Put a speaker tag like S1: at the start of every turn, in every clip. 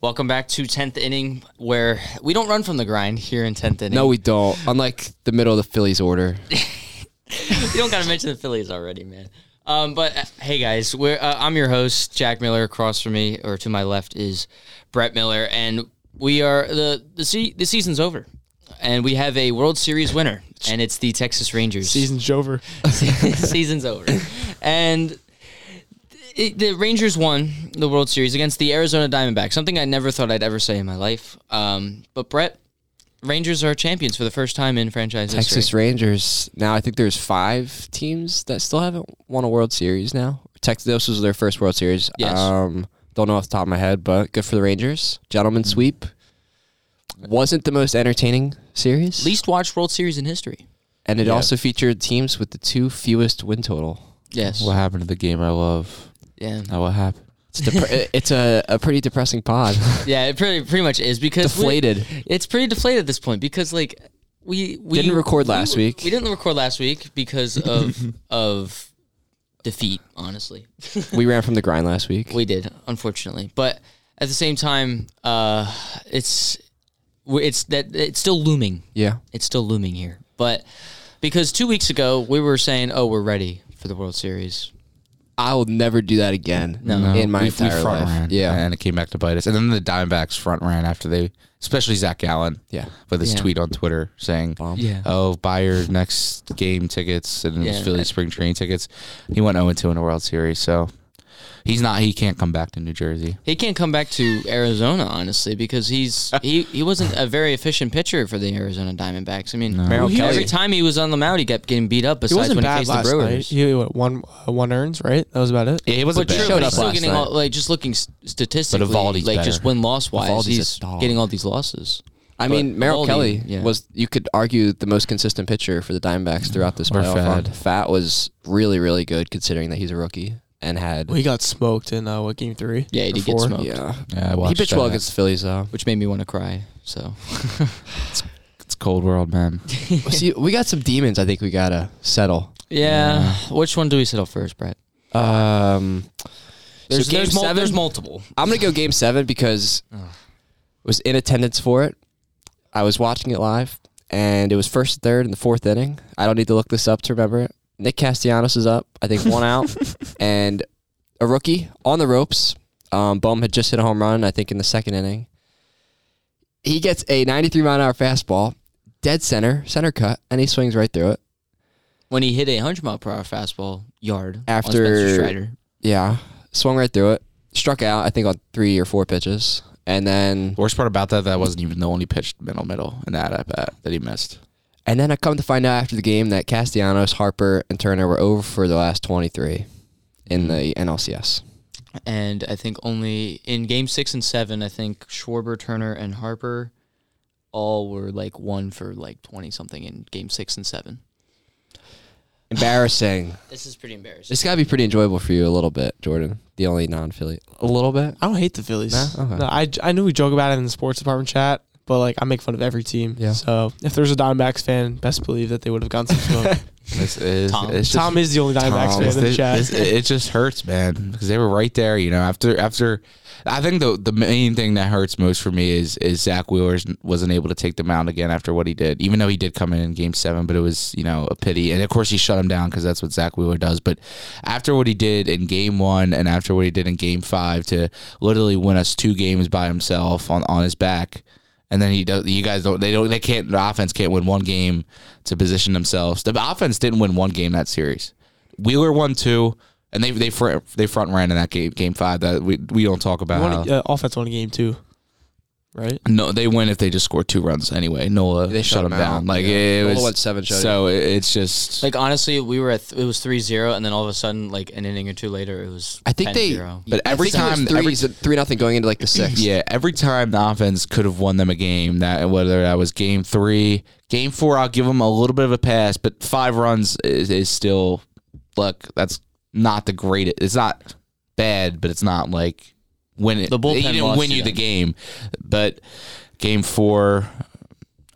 S1: Welcome back to 10th inning, where we don't run from the grind here in 10th inning.
S2: No, we don't. Unlike the middle of the Phillies order.
S1: you don't got to mention the Phillies already, man. Um, but uh, hey, guys, we're, uh, I'm your host, Jack Miller. Across from me, or to my left, is Brett Miller, and we are the the, se- the season's over, and we have a World Series winner, and it's the Texas Rangers.
S3: Season's over.
S1: season's over, and it, the Rangers won the World Series against the Arizona Diamondbacks. Something I never thought I'd ever say in my life. Um, but Brett, Rangers are champions for the first time in franchise history.
S2: Texas Rangers. Now I think there's five teams that still haven't won a World Series now. Texas this was their first World Series.
S1: Yes.
S2: Um, don't know off the top of my head, but good for the Rangers. Gentlemen sweep. Wasn't the most entertaining series.
S1: Least watched World Series in history.
S2: and it
S3: Yeah.
S2: also featured teams with the two fewest win total.
S1: Yes.
S3: What happened to the game I love?
S1: Yeah.
S2: Oh.
S3: Now what happened?
S2: It's, depre- it's a, a pretty depressing pod.
S1: Yeah, it pretty pretty much is because we-
S2: Deflated.
S1: it's pretty deflated at this point because like we we
S2: Didn't record
S1: we-
S2: last week.
S1: We didn't record last week because of of defeat. Honestly,
S2: we ran from the grind last week.
S1: we did unfortunately, but at the same time, uh, it's we- it's that it's still looming.
S2: yeah.
S1: It's still looming here, but because two weeks ago we were saying, oh, we're ready for the World Series.
S2: I will never do that again
S1: No.
S2: in my
S3: we, we
S2: entire
S3: front
S2: life.
S3: ran.
S2: Yeah.
S3: and it came back to bite us. And then the Diamondbacks front ran after they, especially Zach Allen.
S2: Yeah.
S3: with his
S1: Yeah.
S3: tweet on Twitter saying,
S2: Bomb.
S1: Yeah.
S3: "Oh, buy your next game tickets and his
S1: Yeah.
S3: Philly spring training tickets." He went 0 2 in a World Series, so he's not. He can't come back to New Jersey.
S1: He can't come back to Arizona, honestly, because he's he, he wasn't a very efficient pitcher for the Arizona Diamondbacks. I mean,
S2: Merrill
S1: he- every
S2: Kelly.
S1: time he was on the mound, he kept getting beat up.
S4: He
S1: Besides
S4: wasn't
S1: when he
S4: bad
S1: faced the
S4: last night.
S1: Brewers,
S4: He what, one uh, one earns right. That was about it.
S3: Yeah, he
S1: but
S3: wasn't bad.
S1: sure,
S2: Showed
S1: but
S2: up
S1: he's still
S2: last
S1: getting
S2: night.
S1: all, like just looking s- statistically,
S3: Evaldi's
S1: like just
S3: better.
S1: win loss wise,
S2: Evaldi's a
S1: he's
S2: dog.
S1: getting all these losses.
S2: I
S1: But
S2: mean, Merrill
S1: Eovaldi,
S2: Kelly
S1: yeah.
S2: was, you could argue, the most consistent pitcher for the Diamondbacks throughout this
S3: Or
S2: playoff
S3: Fad.
S2: run. Fat was really, really good considering that he's a rookie and had.
S4: Well, he got smoked in uh, what game three?
S1: Yeah, he
S4: Or
S1: did get
S4: four?
S1: smoked.
S2: yeah.
S3: Yeah, I
S2: He
S3: watched
S2: pitched well
S3: that.
S2: against the Phillies, though.
S1: which made me want to cry. So
S3: It's cold world, man.
S2: See, we got some demons I think we got to settle.
S1: yeah, which one do we settle first, Brett?
S2: Um,
S1: There's
S2: game
S1: there's, mul-
S2: seven?
S1: there's multiple.
S2: I'm going to go game seven because I was in attendance for it. I was watching it live, and it was first and third in the fourth inning. I don't need to look this up to remember it. Nick Castellanos is up, I think one out, and a rookie on the ropes. Um, Bum had just hit a home run, I think, in the second inning. He gets a 93 mile an hour fastball, dead center, center cut, and he swings right through it.
S1: When he hit a hundred mile per hour fastball yard on
S2: After-
S1: Spencer Strider.
S2: Yeah, swung right through it, struck out, I think, on three or four pitches, and then
S3: Worst part about that, that wasn't even the only pitched middle middle in that at bat that he missed.
S2: And then I come to find out after the game that Castellanos, Harper, and Turner were over for the last 23 in the NLCS.
S1: and I think only in game six and seven, I think Schwarber, Turner, and Harper all were like one for like twenty something in game six and seven.
S2: Embarrassing.
S1: This is pretty embarrassing.
S2: It's got to be pretty enjoyable for you a little bit, Jordan. The only non-Philly. A little bit.
S4: I don't hate the Phillies.
S2: Nah? Okay.
S4: No, I I know we joke about it in the sports department chat, but like I make fun of every team.
S2: Yeah.
S4: So if there's a Diamondbacks fan, best believe that they would have gotten some smoke.
S3: This is
S1: Tom.
S3: it's just-
S4: Tom is the only Diamondbacks
S3: Tom,
S4: fan in the
S3: this-
S4: chat.
S3: this- it it just hurts, man, because they were right there. You know, after after, I think the the main thing that hurts most for me is is Zach Wheeler wasn't able to take the mound again after what he did, even though he did come in in Game Seven. But it was you know a pity, and of course he shut him down because that's what Zach Wheeler does. But after what he did in Game One and after what he did in Game Five to literally win us two games by himself on on his back. And then he does. You guys don't. They don't. They can't. The offense can't win one game to position themselves. The offense didn't win one game that series. Wheeler won two, and they they front they front ran in that game game five that we we don't talk
S4: You
S3: about.
S4: won a-
S2: e-
S3: how-
S4: uh, offense won a game too, right?
S3: no, they win if they just score two runs anyway. Nola
S2: They
S3: shut
S2: shut
S3: him
S2: him
S3: down.
S2: out.
S3: Like
S2: Yeah.
S3: it
S2: Nola
S3: was
S2: went seven, shut
S3: So it, it's just
S1: like honestly, we were at th- it was 3-0, and then all of a sudden, like an inning or two later, it was
S2: I think they.
S1: 10-0.
S3: But every
S2: I think it was
S3: time-
S2: three,
S3: every-
S2: so three nothing going into like the sixth.
S3: yeah. Every time the offense could have won them a game that whether that was game three, game four, I'll give them a little bit of a pass, but five runs is, is still look. That's not the greatest. It's not bad, but it's not like win it.
S1: The bullpen
S3: he didn't
S1: lost
S3: win
S1: to
S3: you the
S1: them.
S3: game, but game four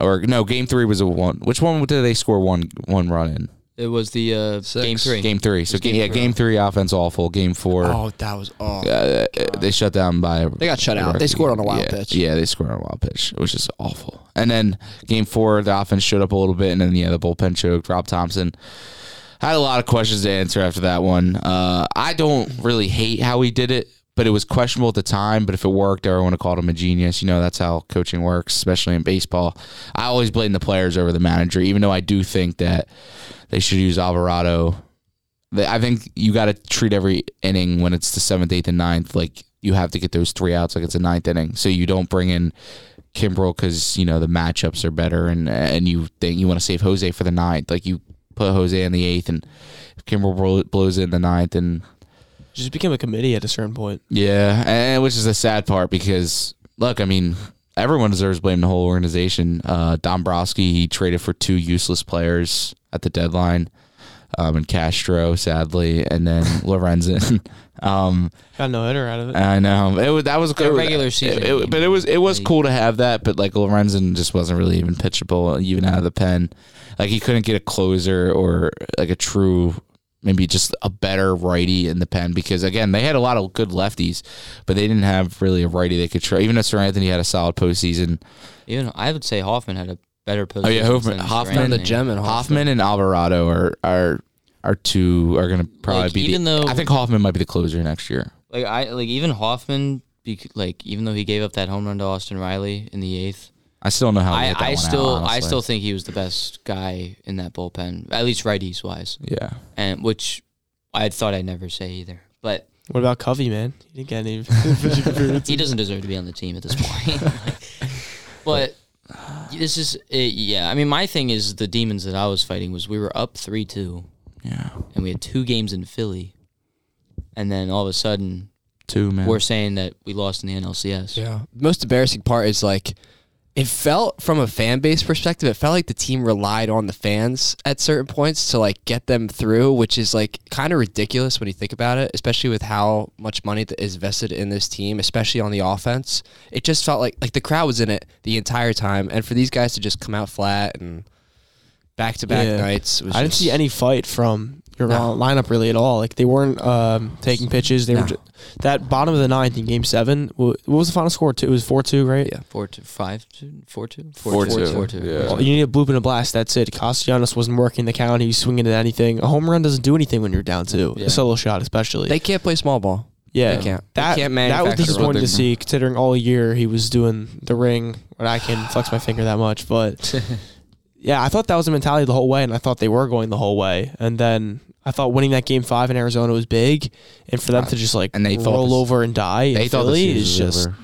S3: or no, game three was a one. Which one did they score one one run in?
S1: It was the uh, game three.
S3: Game three. So game, yeah, game three offense awful. Game four,
S2: Oh, that was awful.
S3: uh, they shut down by.
S2: They got shut out. They scored on a wild
S3: yeah,
S2: pitch.
S3: Yeah, they scored on a wild pitch, which is awful. And then game four, the offense showed up a little bit, and then yeah, the bullpen choked. Rob Thompson had a lot of questions to answer after that one. Uh, I don't really hate how he did it, but it was questionable at the time. But if it worked, everyone would have called him a genius. You know, that's how coaching works, especially in baseball. I always blame the players over the manager, even though I do think that they should use Alvarado they- I think you got to treat every inning when it's the seventh, eighth, and ninth like you have to get those three outs like it's a ninth inning. So you don't bring in Kimbrel because you know the matchups are better and and you think you want to save Jose for the ninth. Like you put Jose in the eighth and if Kimbrel bro- blows it in the ninth and
S4: Just became a committee at a certain point.
S3: yeah, and which is the sad part because look, I mean, everyone deserves blame. The whole organization. Uh, Dombrowski he traded for two useless players at the deadline, um, and Castro sadly, and then Lorenzen. um,
S4: Got no hitter out of it.
S3: I know it was that was
S1: Their regular season.
S3: it- it- but it was it was
S1: Like-
S3: cool to have that. But like Lorenzen just wasn't really even pitchable, even out of the pen. Like he couldn't get a closer or like a true, maybe just a better righty in the pen because again they had a lot of good lefties, but they didn't have really a righty they could try. Even though Sir Anthony had a solid postseason,
S1: Even I would say Hoffman had a better post.
S3: Oh, yeah, Hoffman- Hoffman
S2: Found the gem
S1: Oh,
S2: in Hoffman.
S3: Hoffman and Alvarado are are are two are gonna probably
S1: Like,
S3: be.
S1: even
S3: the,
S1: though-
S3: I think Hoffman might be the closer next year.
S1: Like I like even Hoffman. bec- Like even though he gave up that home run to Austin Riley in the eighth,
S3: I still don't know how. to
S1: I,
S3: get that
S1: I
S3: one out,
S1: still I
S3: honestly.
S1: still think he was the best guy in that bullpen, at least righties wise,
S3: yeah.
S1: and which I thought I'd never say either. But
S4: What about Covey, man? He didn't get any. appearances.
S1: he doesn't deserve to be on the team at this point. but this is it, yeah. I mean, my thing is the demons that I was fighting was we were up three two,
S3: Yeah,
S1: and we had two games in Philly, and then all of a sudden
S3: two man.
S1: we're saying that we lost in the NLCS.
S2: Yeah. The most embarrassing part is like it felt from a fan base perspective, it felt like the team relied on the fans at certain points to like get them through, which is like kind of ridiculous when you think about it, especially with how much money that is vested in this team, especially on the offense. It just felt like like the crowd was in it the entire time, and for these guys to just come out flat and back to back
S4: Yeah.
S2: nights, was
S4: I didn't
S2: just-
S4: see any fight from your uh, lineup really at all. Like they weren't um, taking pitches. They were ju- that bottom of the ninth in Game Seven. wha- What was the final score? Two. It was four two, right?
S2: Yeah.
S1: Four two, five two, four two,
S3: Four two.
S1: four two.
S3: Yeah.
S4: Well, You need a bloop and a blast. That's it. Castellanos wasn't working the count. He was swinging at anything. A home run doesn't do anything when you're down two.
S1: Yeah.
S4: A solo shot, especially.
S2: They can't play small ball.
S4: yeah,
S2: they can't. They
S4: That
S2: can't
S4: that was
S2: manufacture
S4: disappointing to
S3: something.
S4: see, considering all year he was doing the ring. When I can flex my finger that much, but yeah, I thought that was the mentality the whole way, and I thought they were going the whole way. And then I thought winning that game five in Arizona was big, and for them to just like
S3: Uh, And they thought
S4: roll
S3: this-
S4: over and die in
S3: they thought
S4: Philly
S3: the
S4: is
S3: season was
S4: just
S3: over.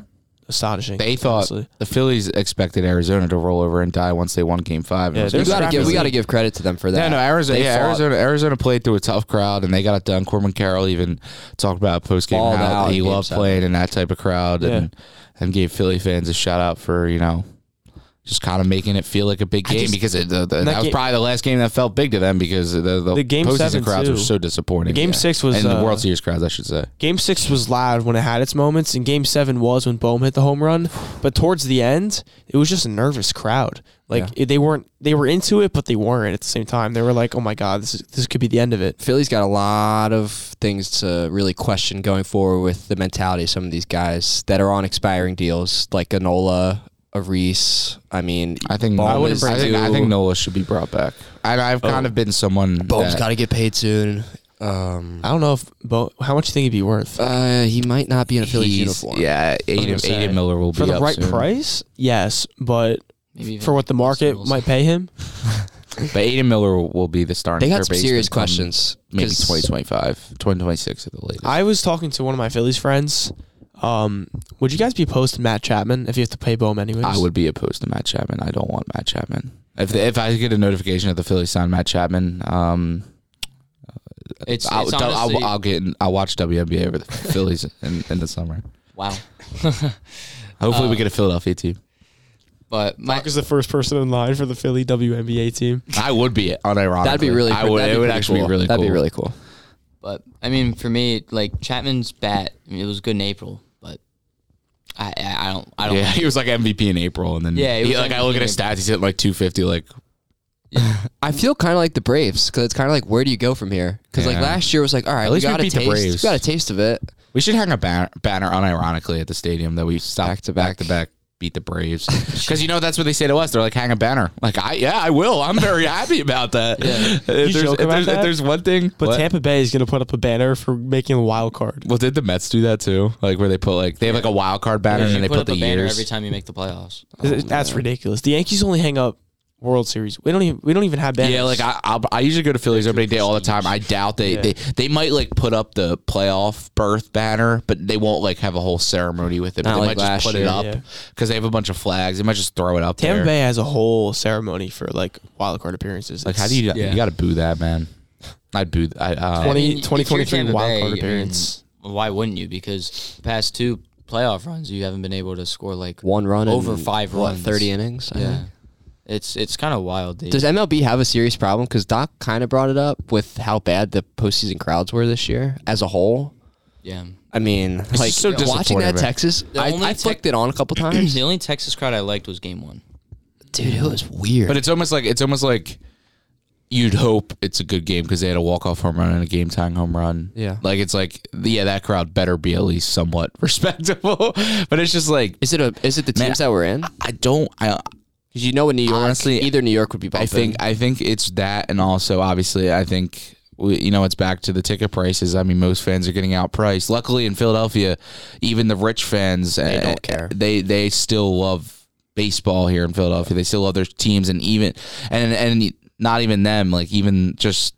S4: astonishing.
S3: They thought
S4: honestly.
S3: the Phillies expected Arizona to roll over and die once they won Game Five.
S4: Yeah,
S3: It was
S4: they're
S2: We
S3: just-
S2: gotta give we
S4: Scrappy.
S2: gotta give credit to them for
S3: yeah,
S2: that.
S3: no, Arizona.
S2: They
S3: Yeah,
S2: fought.
S3: Arizona. Arizona played through a tough crowd and they got it done. Corbin Carroll even talked about post game
S2: Balled
S3: how
S2: out
S3: he
S2: in game
S3: loved
S2: seven.
S3: playing in that type of crowd and and gave Philly fans a shout out for you know. Just kind of making it feel like a big game
S4: just-
S3: because it, the, the, that,
S4: that
S3: was
S4: ga-
S3: probably the last game that felt big to them because the, the,
S4: The game
S3: postseason
S4: seven,
S3: crowds
S4: too.
S3: were so disappointing.
S4: Game six was,
S3: and the
S4: uh,
S3: World Series crowds, I should say.
S4: Game six was loud when it had its moments, and game seven was when Bohm hit the home run. But towards the end, it was just a nervous crowd. Like
S2: Yeah.
S4: it- they weren't, they were into it, but they weren't at the same time. They were like, "Oh my god, this is, this could be the end of it."
S2: Philly's got a lot of things to really question going forward with the mentality of some of these guys that are on expiring deals, like Anola, Aris. I mean,
S3: I think
S2: Bohm
S3: I,
S2: I wouldn't
S3: I,
S2: bring
S3: think,
S2: two.
S3: I think Nola should be brought back. And I've kind of been someone.
S2: Bohm's
S3: that-
S2: got to get paid soon. Um,
S4: I don't know if Bo- how much you think he'd be worth
S2: uh, he might not be in a Phillies
S3: He's-
S2: uniform.
S3: Yeah,
S4: gonna
S3: Aiden,
S4: say.
S3: Aiden Miller will
S4: for
S3: be
S4: the
S3: up
S4: right
S3: soon.
S4: price. Yes, but
S1: Maybe even
S4: for what the market
S1: Mills.
S4: might pay him,
S3: But Aiden Miller will- will be the starting.
S2: They got
S3: third
S2: some serious
S3: baseman come
S2: questions.
S3: Maybe
S2: 'cause
S3: 2025, 2026 at the latest.
S4: I was talking to one of my Phillies friends. Um, would you guys be opposed to Matt Chapman if you have to pay Bohm anyways?
S3: I would be opposed to Matt Chapman. I don't want Matt Chapman. If if I get a notification that the Phillies signed Matt Chapman, um,
S1: It's,
S3: I'll,
S1: it's
S3: I'll-
S1: honestly,
S3: I'll, I'll get I'll watch WNBA over the Phillies in, in the summer.
S1: wow.
S3: Hopefully, we get a Philadelphia team.
S1: But my,
S4: Mark is the first person in line for the Philly WNBA team.
S3: I would be unironic.
S2: That'd be really.
S3: I would.
S2: that'd
S3: It
S2: be
S3: would
S2: pretty
S3: actually
S2: cool.
S3: be really.
S2: That'd
S3: cool.
S2: be really cool.
S1: but I mean, for me, like Chapman's bat, I mean, it was good in April, but I I, I don't I don't.
S3: Yeah, he was like MVP in April, and then
S1: Yeah, he
S3: he
S1: was
S3: like I
S1: MVP
S3: look
S1: in
S3: at his
S1: April.
S3: stats, he's hitting like 250. Like
S2: I feel kind of like the Braves because it's kind of like where do you go from here? Because like
S3: Yeah.
S2: last year was like all right,
S3: At least
S2: we
S3: we
S2: got a
S3: beat the
S2: taste, we
S3: Braves.
S2: got a taste of it.
S3: We should hang a banner, banner unironically at the stadium that we stopped
S2: Back to back.
S3: to back beat the Braves because you know that's what they say to us. They're like, hang a banner. Like I yeah, I will. I'm very happy about that. If, there's,
S4: joke
S3: if
S4: about
S3: there's- if
S4: that?
S3: there's one thing,
S4: But
S3: What?
S4: Tampa Bay is going to put up a banner for making the wild card.
S3: Well, did the Mets do that too? Like where they put like they have like a wild card banner
S1: You
S3: and then they
S1: put
S3: put,
S1: up
S3: the
S1: a banner
S3: years.
S1: every time you make the playoffs.
S3: Oh,
S4: That's ridiculous. The Yankees only hang up World Series. We don't even we don't even have banners.
S3: Yeah, like I, I I usually go to Phillies opening day all the time. I doubt they,
S4: Yeah.
S3: they they might like put up the playoff berth banner, but they won't like have a whole ceremony with it. But
S2: Not
S3: they
S2: like
S3: might
S2: last
S3: just put it
S2: year.
S3: up
S4: Yeah.
S3: because they have a bunch of flags. They might just throw it up
S4: Tampa
S3: there.
S4: Bay has a whole ceremony for like wild card appearances.
S3: Like how
S4: It's
S3: do you
S1: Yeah.
S3: you got to boo that man? I'd boo. th- I, uh,
S1: I
S4: 20
S1: mean, if you're
S4: 2023
S1: Tampa
S4: wild
S1: Bay,
S4: card
S1: I mean,
S4: appearance.
S1: why wouldn't you? Because the past two playoff runs, you haven't been able to score like
S2: One run
S1: over
S2: in,
S1: five
S2: what,
S1: runs.
S2: thirty innings. I
S1: Yeah,
S2: think?
S1: it's it's kind of wild. Dude.
S2: Does MLB have a serious problem? Because Doc kind of brought it up with how bad the postseason crowds were this year as a whole.
S1: yeah.
S2: I mean, like
S3: so
S2: watching that
S3: disappointing.
S2: Texas, I,
S1: only
S2: I
S1: tech-
S2: flicked it on a couple times.
S1: The only Texas crowd I liked was Game One.
S2: Dude, it was weird.
S3: But it's almost like it's almost like you'd hope it's a good game because they had a walk off home run and a game tying home run.
S2: Yeah.
S3: like it's like yeah, that crowd better be at least somewhat respectable. but it's just like
S2: is it a is it the
S3: Man,
S2: teams that we're in?
S3: I don't. I
S2: Because you know, in New York,
S3: Honestly,
S2: either New York would be. Bumping.
S3: I think I think it's that, and also obviously I think. We, you know, it's back to the ticket prices. I mean, most fans are getting outpriced. Luckily, in Philadelphia, even the rich fans they
S2: don't care.
S3: They they still love baseball here in Philadelphia. They still love their teams, and even and and not even them. Like even just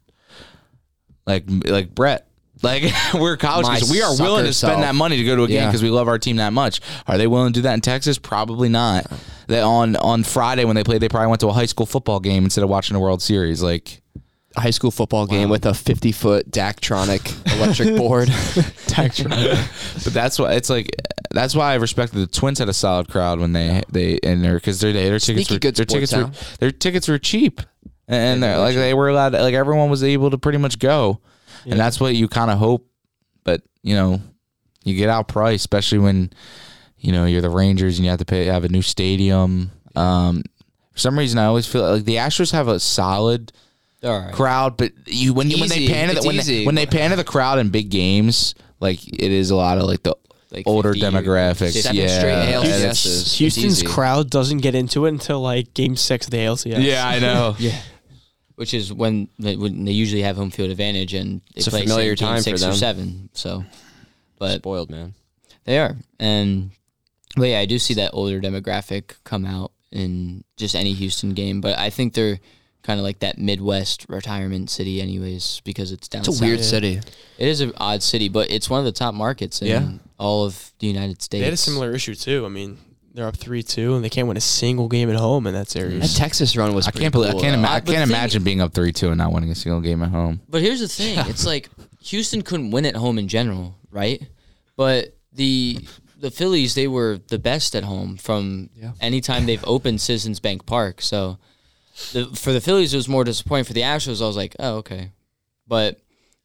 S3: like like Brett. Like we're college
S2: My
S3: kids. We are willing to
S2: sucker
S3: spend
S2: self.
S3: that money to go to a game
S2: Yeah.
S3: because we love our team that much. Are they willing to do that in Texas? Probably not. They on on Friday when they played, they probably went to a high school football game instead of watching a World Series. Like
S2: a high school football game with a fifty foot Dactronic electric board.
S3: But that's why it's like that's why I respected the Twins had a solid crowd when they they and their because their their tickets
S2: Sneaky
S3: were
S2: good
S3: their
S2: sports
S3: tickets were
S2: town.
S3: their tickets were cheap and they're, like they were allowed like everyone was able to pretty much go and that's what you kind of hope but you know you get outpriced especially when you know you're the Rangers and you have to pay have a new stadium um for some reason I always feel like the Astros have a solid
S1: All right.
S3: crowd, but you when you when they
S2: Easy.
S3: pan to
S2: It's
S3: the, when they,
S2: easy.
S3: when they pan to the crowd in big games, like it is a lot of like the
S1: Like
S3: older
S1: 50 or
S3: demographics.
S1: seven
S3: yeah,
S2: straight
S3: and
S2: ALCSs.
S3: it's-
S2: It's
S4: Houston's
S2: easy.
S4: crowd doesn't get into it until like Game Six of the ALCS.
S3: Yeah, I know.
S1: Yeah. Which is when they, when they usually have home field advantage and they
S2: It's a
S1: play say,
S2: familiar
S1: game
S2: time for
S1: six or
S2: them.
S1: seven. So, but
S2: Spoiled man.
S1: they are, and but yeah, I do see that older demographic come out in just any Houston game. But I think they're kind of like that Midwest retirement city, anyways, because it's down.
S2: It's a
S1: south.
S2: weird city.
S1: It is an odd city, but it's one of the top markets in
S2: Yeah.
S1: all of the United States.
S4: They had a similar issue too. I mean, they're up three two and they can't win a single game at home in that
S2: That
S4: series.
S2: Texas run was.
S3: I
S2: pretty
S3: can't believe
S2: cool,
S3: I can't,
S2: though.
S3: ima- I
S1: but
S3: can't
S1: the thing-
S3: imagine being up three two and not winning a single game at home.
S1: But here's the thing: it's like Houston couldn't win at home in general, right? But the the Phillies they were the best at home from any time they've opened Citizens Bank Park. So the, for the Phillies, it was more disappointing. For the Astros, I was like, oh okay, but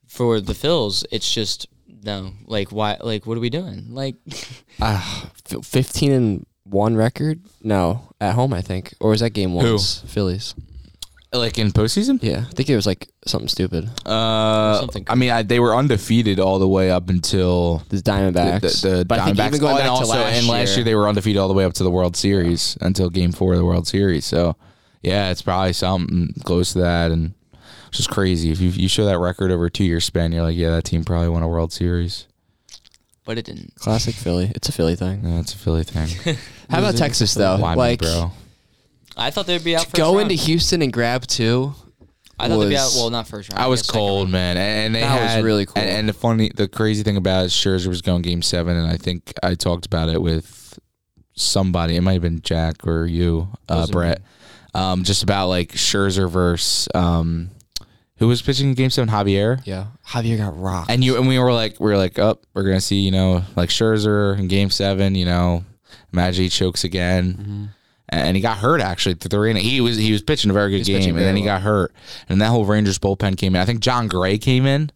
S1: for the Phils, it's just no. Like why? Like what are we doing? Like
S2: Ah, f- fifteen and one record. No, at home I think, or was that game one? Phillies.
S3: Like in postseason,
S2: Yeah, I think it was like something stupid.
S3: uh,
S1: Something
S3: I mean, I, they were undefeated all the way up until
S2: The Diamondbacks.
S3: the, the, the
S2: but I think
S3: Diamondbacks.
S2: even going
S3: Oh,
S2: back
S3: and also,
S2: to last,
S3: and last year they were undefeated all the way up to the World Series until Game Four of the World Series. So, yeah, it's probably something close to that, and it's just crazy. If you, you show that record over a two year span, you're like, yeah, that team probably won a World Series.
S1: but it didn't.
S2: classic Philly. It's a Philly thing.
S3: Yeah, it's a Philly thing.
S2: How about Texas though?
S3: Why me,
S2: like
S3: bro?
S1: I thought they'd be out. First
S2: go
S1: round.
S2: into Houston and grab two.
S1: I thought they'd be out.
S2: was-
S1: Well, not first round.
S3: I was
S1: guess second
S3: cold,
S1: round.
S3: man, and and they
S2: That was
S3: had-
S2: really cool.
S3: And, and the funny, the crazy thing about it, Scherzer was going Game Seven, and I think I talked about it with somebody. It might have been Jack or you, uh,
S1: Wasn't
S3: Brett. Um, just about like Scherzer versus um, who was pitching in Game Seven, Javier.
S2: Yeah, Javier got rocked.
S3: And you and we were like, we were like, up, we're gonna see, you know, like Scherzer in Game Seven. You know, imagine he chokes again.
S4: Mm-hmm.
S3: And he got hurt actually. at The three inning. he was he was pitching a very good
S2: was
S3: game,
S2: pitching
S3: and
S2: very
S3: then he
S2: well.
S3: got hurt. And that whole Rangers bullpen came in. I think John Gray came in,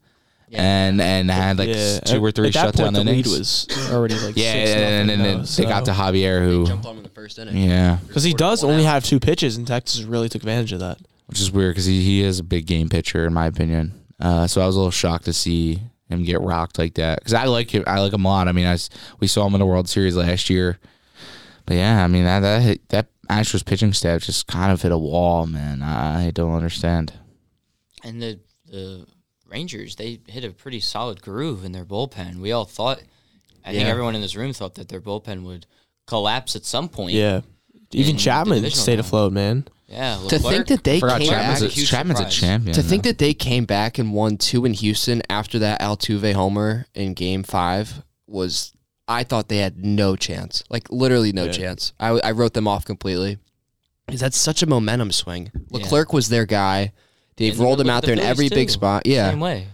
S1: Yeah.
S3: and and had like
S4: Yeah,
S3: two
S4: at-
S3: or three
S4: at that
S3: shutdown
S4: point, the lead
S3: innings.
S4: was already like
S3: yeah,
S4: six
S3: and,
S4: nothing,
S3: and, then
S4: though,
S3: they got to
S4: so-
S3: Javier, who
S2: on in the first inning.
S3: yeah,
S4: because he does only have two pitches, and Texas really took advantage of that.
S3: which is weird because he, he is a big game pitcher in my opinion. Uh, so I was a little shocked to see him get rocked like that because I like him. I like him a lot. I mean, I s- we saw him in the World Series last year, but yeah, I mean that that hit, that Astros pitching staff just kind of hit a wall, man. I, I don't understand.
S1: And the the Rangers, they hit a pretty solid groove in their bullpen. We all thought, I think
S3: Yeah.
S1: everyone in this room thought that their bullpen would collapse at some point.
S4: Yeah.
S1: In
S4: Even
S1: the
S4: Chapman
S1: divisional
S4: stayed
S1: round.
S4: afloat, man.
S1: yeah.
S2: To think that they
S3: Forgot
S2: came
S3: Chapman's,
S2: back,
S3: a,
S1: Huge
S3: Chapman's a
S1: surprise.
S3: champion.
S2: to think
S3: man.
S2: that they came back and won two in Houston after that Altuve homer in Game Five was. I thought they had no chance, like literally no
S4: Yeah.
S2: chance. I, I wrote them off completely because that's such a momentum swing. Leclerc was their guy. They've
S1: And they
S2: rolled him
S1: looked
S2: out
S1: the
S2: there in
S1: Phillies,
S2: every big
S1: too.
S2: spot. Yeah,
S1: same way.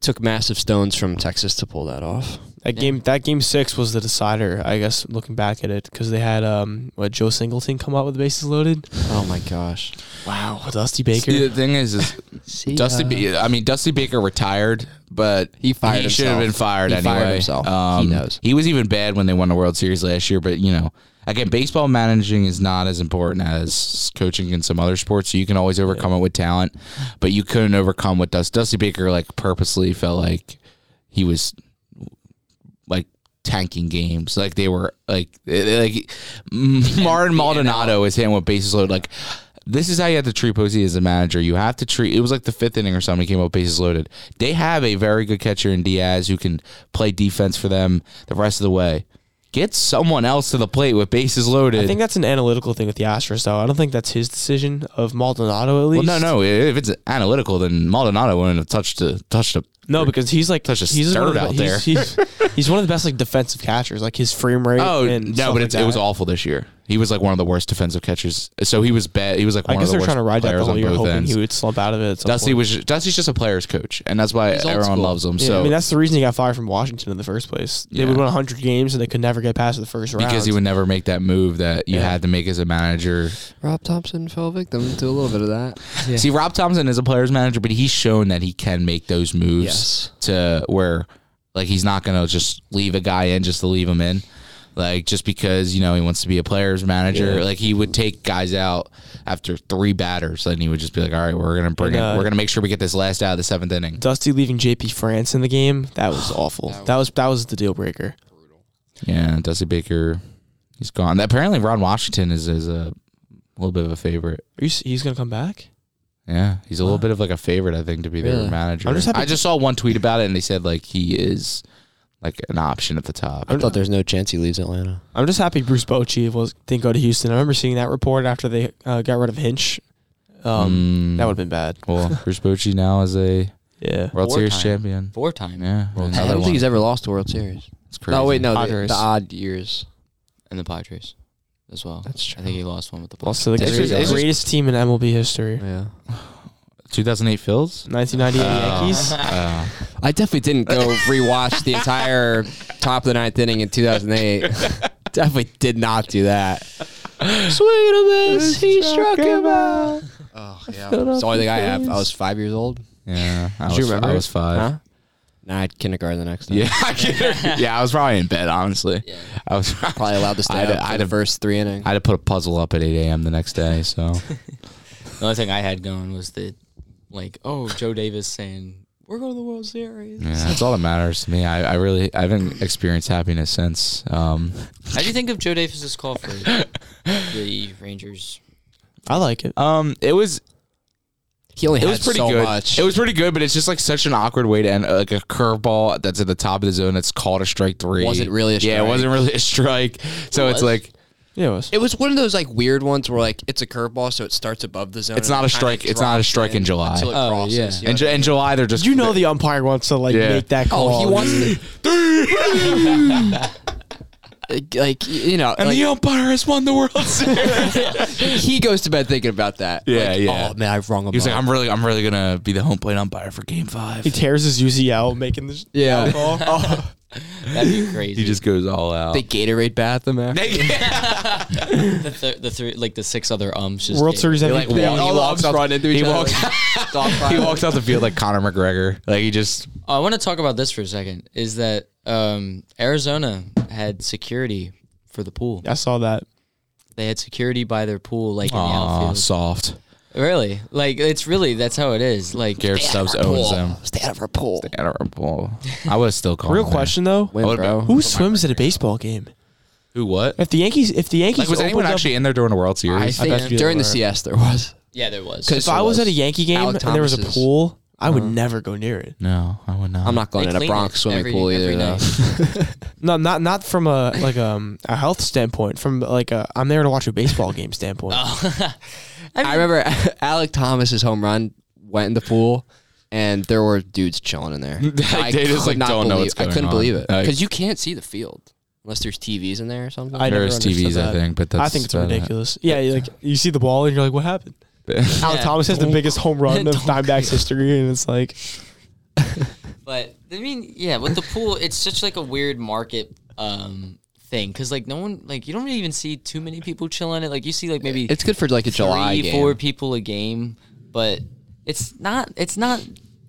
S2: took massive stones from Texas to pull that off.
S4: That game, that game six was the decider. I guess looking back at it, because they had um, what Joe Singleton come out with the bases loaded.
S2: Oh my gosh!
S4: Wow, Dusty
S3: See,
S4: Baker.
S3: the thing is, is
S2: See,
S3: Dusty.
S2: uh,
S3: Ba- I mean, Dusty Baker retired, but
S2: He fired
S3: He should have
S2: himself.
S3: been fired
S2: He
S3: anyway. Um,
S2: fired himself. He knows.
S3: He was even bad when they won the World Series last year. But you know, again, baseball managing is not as important as coaching in some other sports. So you can always overcome it with talent, but you couldn't overcome with Dust. Dusty Baker like purposely felt like he was like tanking games. Like they were like like Martin Maldonado is hitting with bases loaded. Like this is how you have to treat Posey as a manager. You have to treat. It was like the fifth inning or something. He came up bases loaded. They have a very good catcher in Diaz who can play defense for them the rest of the way. Get someone else to the plate with bases loaded.
S4: I think that's an analytical thing with the Astros, though. I don't think that's his decision of Maldonado at
S3: well,
S4: least.
S3: no, no. If it's analytical, then Maldonado wouldn't have touched the touched the.
S4: no, because he's like
S3: Touch a
S4: he's one of
S3: stirred
S4: the,
S3: out
S4: he's, He's, he's one of the best like defensive catchers. Like his frame rate.
S3: Oh
S4: and
S3: no,
S4: stuff
S3: but
S4: like
S3: it's, it was
S4: that.
S3: awful this year. He was like one of the worst defensive catchers. So he was bad. He was like
S4: I
S3: one
S4: guess
S3: of the
S4: they're
S3: worst
S4: trying to ride that the
S3: players
S4: whole
S3: on
S4: year,
S3: both
S4: hoping
S3: ends.
S4: he would slump out of it. At some
S3: Dusty
S4: point.
S3: was Dusty's just a player's coach, and that's why
S1: He's old
S3: everyone
S1: school.
S3: loves him.
S4: Yeah,
S3: so
S4: I mean that's the reason he got fired from Washington in the first place. They would
S3: Yeah.
S4: win 100 games and they could never get past the first round.
S3: because he would never make that move that you
S4: Yeah.
S3: had to make as a manager.
S1: uh,
S2: Rob Thompson fell victim to a little bit of that.
S3: See, Rob Thompson is a player's manager, but he's shown that he can make those moves
S2: Yes.
S3: to where, like, he's not going to just leave a guy in just to leave him in. Like, just because, you know, he wants to be a player's manager, like, he would take guys out after three batters, and he would just be like, all right, we're going to bring
S4: And,
S3: it.
S4: uh,
S3: We're going to make sure we get this last out of the seventh inning.
S4: Dusty leaving JP France in the game, that was awful. That was that was the deal breaker.
S3: Yeah, Dusty Baker, he's gone. Apparently, Ron Washington is, is a little bit of a favorite.
S4: Are you, s- he's gonna come back?
S3: Yeah, he's a little bit of like a favorite, I think, to be
S2: Really?
S3: their manager. i
S4: I'm just happy-
S3: just saw one tweet about it, and they said like he is like an option at the top.
S2: I thought there's no chance he leaves Atlanta.
S4: I'm just happy Bruce Bochy was didn't go to Houston. I remember seeing that report after they uh, got rid of Hinch. Um,
S3: Um,
S4: That would have been bad.
S3: well, Bruce Bochy now is a
S4: Yeah.
S3: World
S1: Four
S3: Series
S1: time.
S3: champion.
S1: Four time World
S3: Yeah,
S2: I
S1: Another
S2: don't
S3: another
S2: think
S3: one.
S2: he's ever lost a World Series.
S3: It's crazy.
S2: No, wait, no,
S4: Odd
S2: the,
S4: years.
S2: the odd years.
S1: and the Padres as well.
S2: That's
S1: I think he lost one with the Padres.
S4: Also, the
S3: It's
S4: greatest,
S3: just- it's just-
S4: greatest team in MLB history.
S2: Yeah,
S3: 2008 Phils.
S4: 1998 Yankees.
S3: Uh,
S2: I definitely didn't go rewatch the entire top of the ninth inning in 2008. definitely did not do that. Sweet miss, he struck him out. Oh yeah, it's the only thing I have. I was five years old.
S3: yeah,
S2: Did
S3: I was,
S2: you remember
S3: I
S2: it?
S3: was five.
S2: Huh? Nah, I had kindergarten the next day.
S3: Yeah, I can't- yeah, I was probably in bed. Honestly, I was
S2: probably allowed to stay
S3: I'd-
S2: up for
S3: I'd
S2: the
S3: have-
S2: first three innings.
S3: I had to put a puzzle up at 8 a.m. the next day. So
S1: The only thing I had going was that, like, oh, Joe Davis saying we're going to the World Series.
S3: yeah, that's all that matters to me. I, I really I haven't experienced happiness since. Um,
S1: How do you think of Joe Davis's call for the Rangers?
S4: I like it.
S3: um, it was
S2: he only
S3: It
S2: had
S3: was pretty
S2: so
S3: good.
S2: much.
S3: It was pretty good, but it's just like such an awkward way to end uh, like a curveball that's at the top of the zone that's called a strike three.
S2: Wasn't really a
S3: Yeah, it
S2: strike.
S3: wasn't really a strike. So
S1: was.
S3: it's like
S4: Yeah, it was.
S2: It was one of those like weird ones where like it's a curveball, so it starts above the zone.
S3: It's
S2: and
S3: not
S2: it
S3: a
S2: kinda
S3: strike- it's not a
S2: drops
S3: strike in July.
S2: Until it
S1: Oh,
S2: crosses.
S1: yeah.
S2: you know
S3: in, Ju-
S2: what I
S3: in
S2: mean?
S3: July they're just
S4: You know the umpire wants to like
S3: Yeah.
S4: make that call.
S2: Oh, he wants to, like you know,
S3: and
S2: like,
S3: the umpire has won the World Series.
S2: he goes to bed thinking about that.
S3: Yeah,
S2: Like,
S3: yeah.
S2: Oh man, I've wrung him.
S3: He was like,
S2: up."
S3: I'm really, I'm really gonna be the home plate umpire for Game Five.
S4: He tears his UCL making this
S2: Yeah.
S4: call. Oh.
S1: That'd be crazy.
S3: He just goes all out.
S2: they Gatorade bath him after.
S1: the, th- the three, like the six other ums just
S4: World
S1: did.
S4: Series MVP.
S3: like, walk- he
S2: all arms
S3: walks off-
S2: run into each
S3: oh, he
S2: other.
S3: walks- he walks out the field like Conor McGregor. Like he just
S1: Oh, I want to talk about this for a second. Is that um, Arizona had security for the pool?
S4: I saw that.
S1: They had security by their pool, like in the
S3: aw,
S1: outfield.
S3: soft.
S1: Really? Like it's really that's how it is. Like
S3: Garrett Stubbs owns them.
S2: Stay out of our pool.
S3: Adorable. I was still calling.
S4: Real
S3: her.
S4: question though,
S2: Win,
S3: I would've
S2: bro.
S4: who swims at a baseball game?
S3: Who? What?
S4: If the Yankees, if the Yankees,
S3: Like, was anyone
S4: opened up-
S3: actually in there during the World
S2: I
S3: Series?
S2: think
S4: bet you
S2: during
S4: there
S2: the
S4: were.
S2: CS there was.
S1: yeah, there was.
S2: 'Cause
S4: if I was at a Yankee game
S2: Alec
S4: and there was a
S2: Thomas's.
S4: pool, I would
S3: Uh-huh.
S4: never go near it.
S3: no, I would not.
S2: I'm not going
S1: They
S2: in a
S1: clean
S2: Bronx
S1: it
S2: swimming
S1: every-
S2: pool either
S1: every
S2: though.
S4: No, not not from a like um a health standpoint. From like a I'm there to watch a baseball game standpoint.
S1: Oh.
S2: I remember Alec Thomas's home run went in the pool, and there were dudes chilling in there. I
S3: They just,
S2: could
S3: like,
S2: not
S3: don't know
S2: believe-
S3: what's
S2: I couldn't
S3: going
S2: believe
S3: on.
S2: it
S3: Like-
S2: because you can't see the field unless there's TVs in there or something.
S4: I never
S3: There's
S4: understood
S3: TVs, I
S4: that.
S3: think, but
S4: I
S3: that's
S4: think it's
S3: about it.
S4: ridiculous. Yeah, you, like you see the ball and you're like, what happened? Alec
S1: Yeah.
S4: Thomas has the biggest home run of
S1: Don't-
S4: Diamondbacks history, and it's like
S1: But I mean, yeah, with the pool, it's such like a weird market um thing because like no one like you don't even see too many people chilling it. Like you see like maybe
S2: It's good for like a July
S1: three,
S2: game.
S1: four people a game, but it's not it's not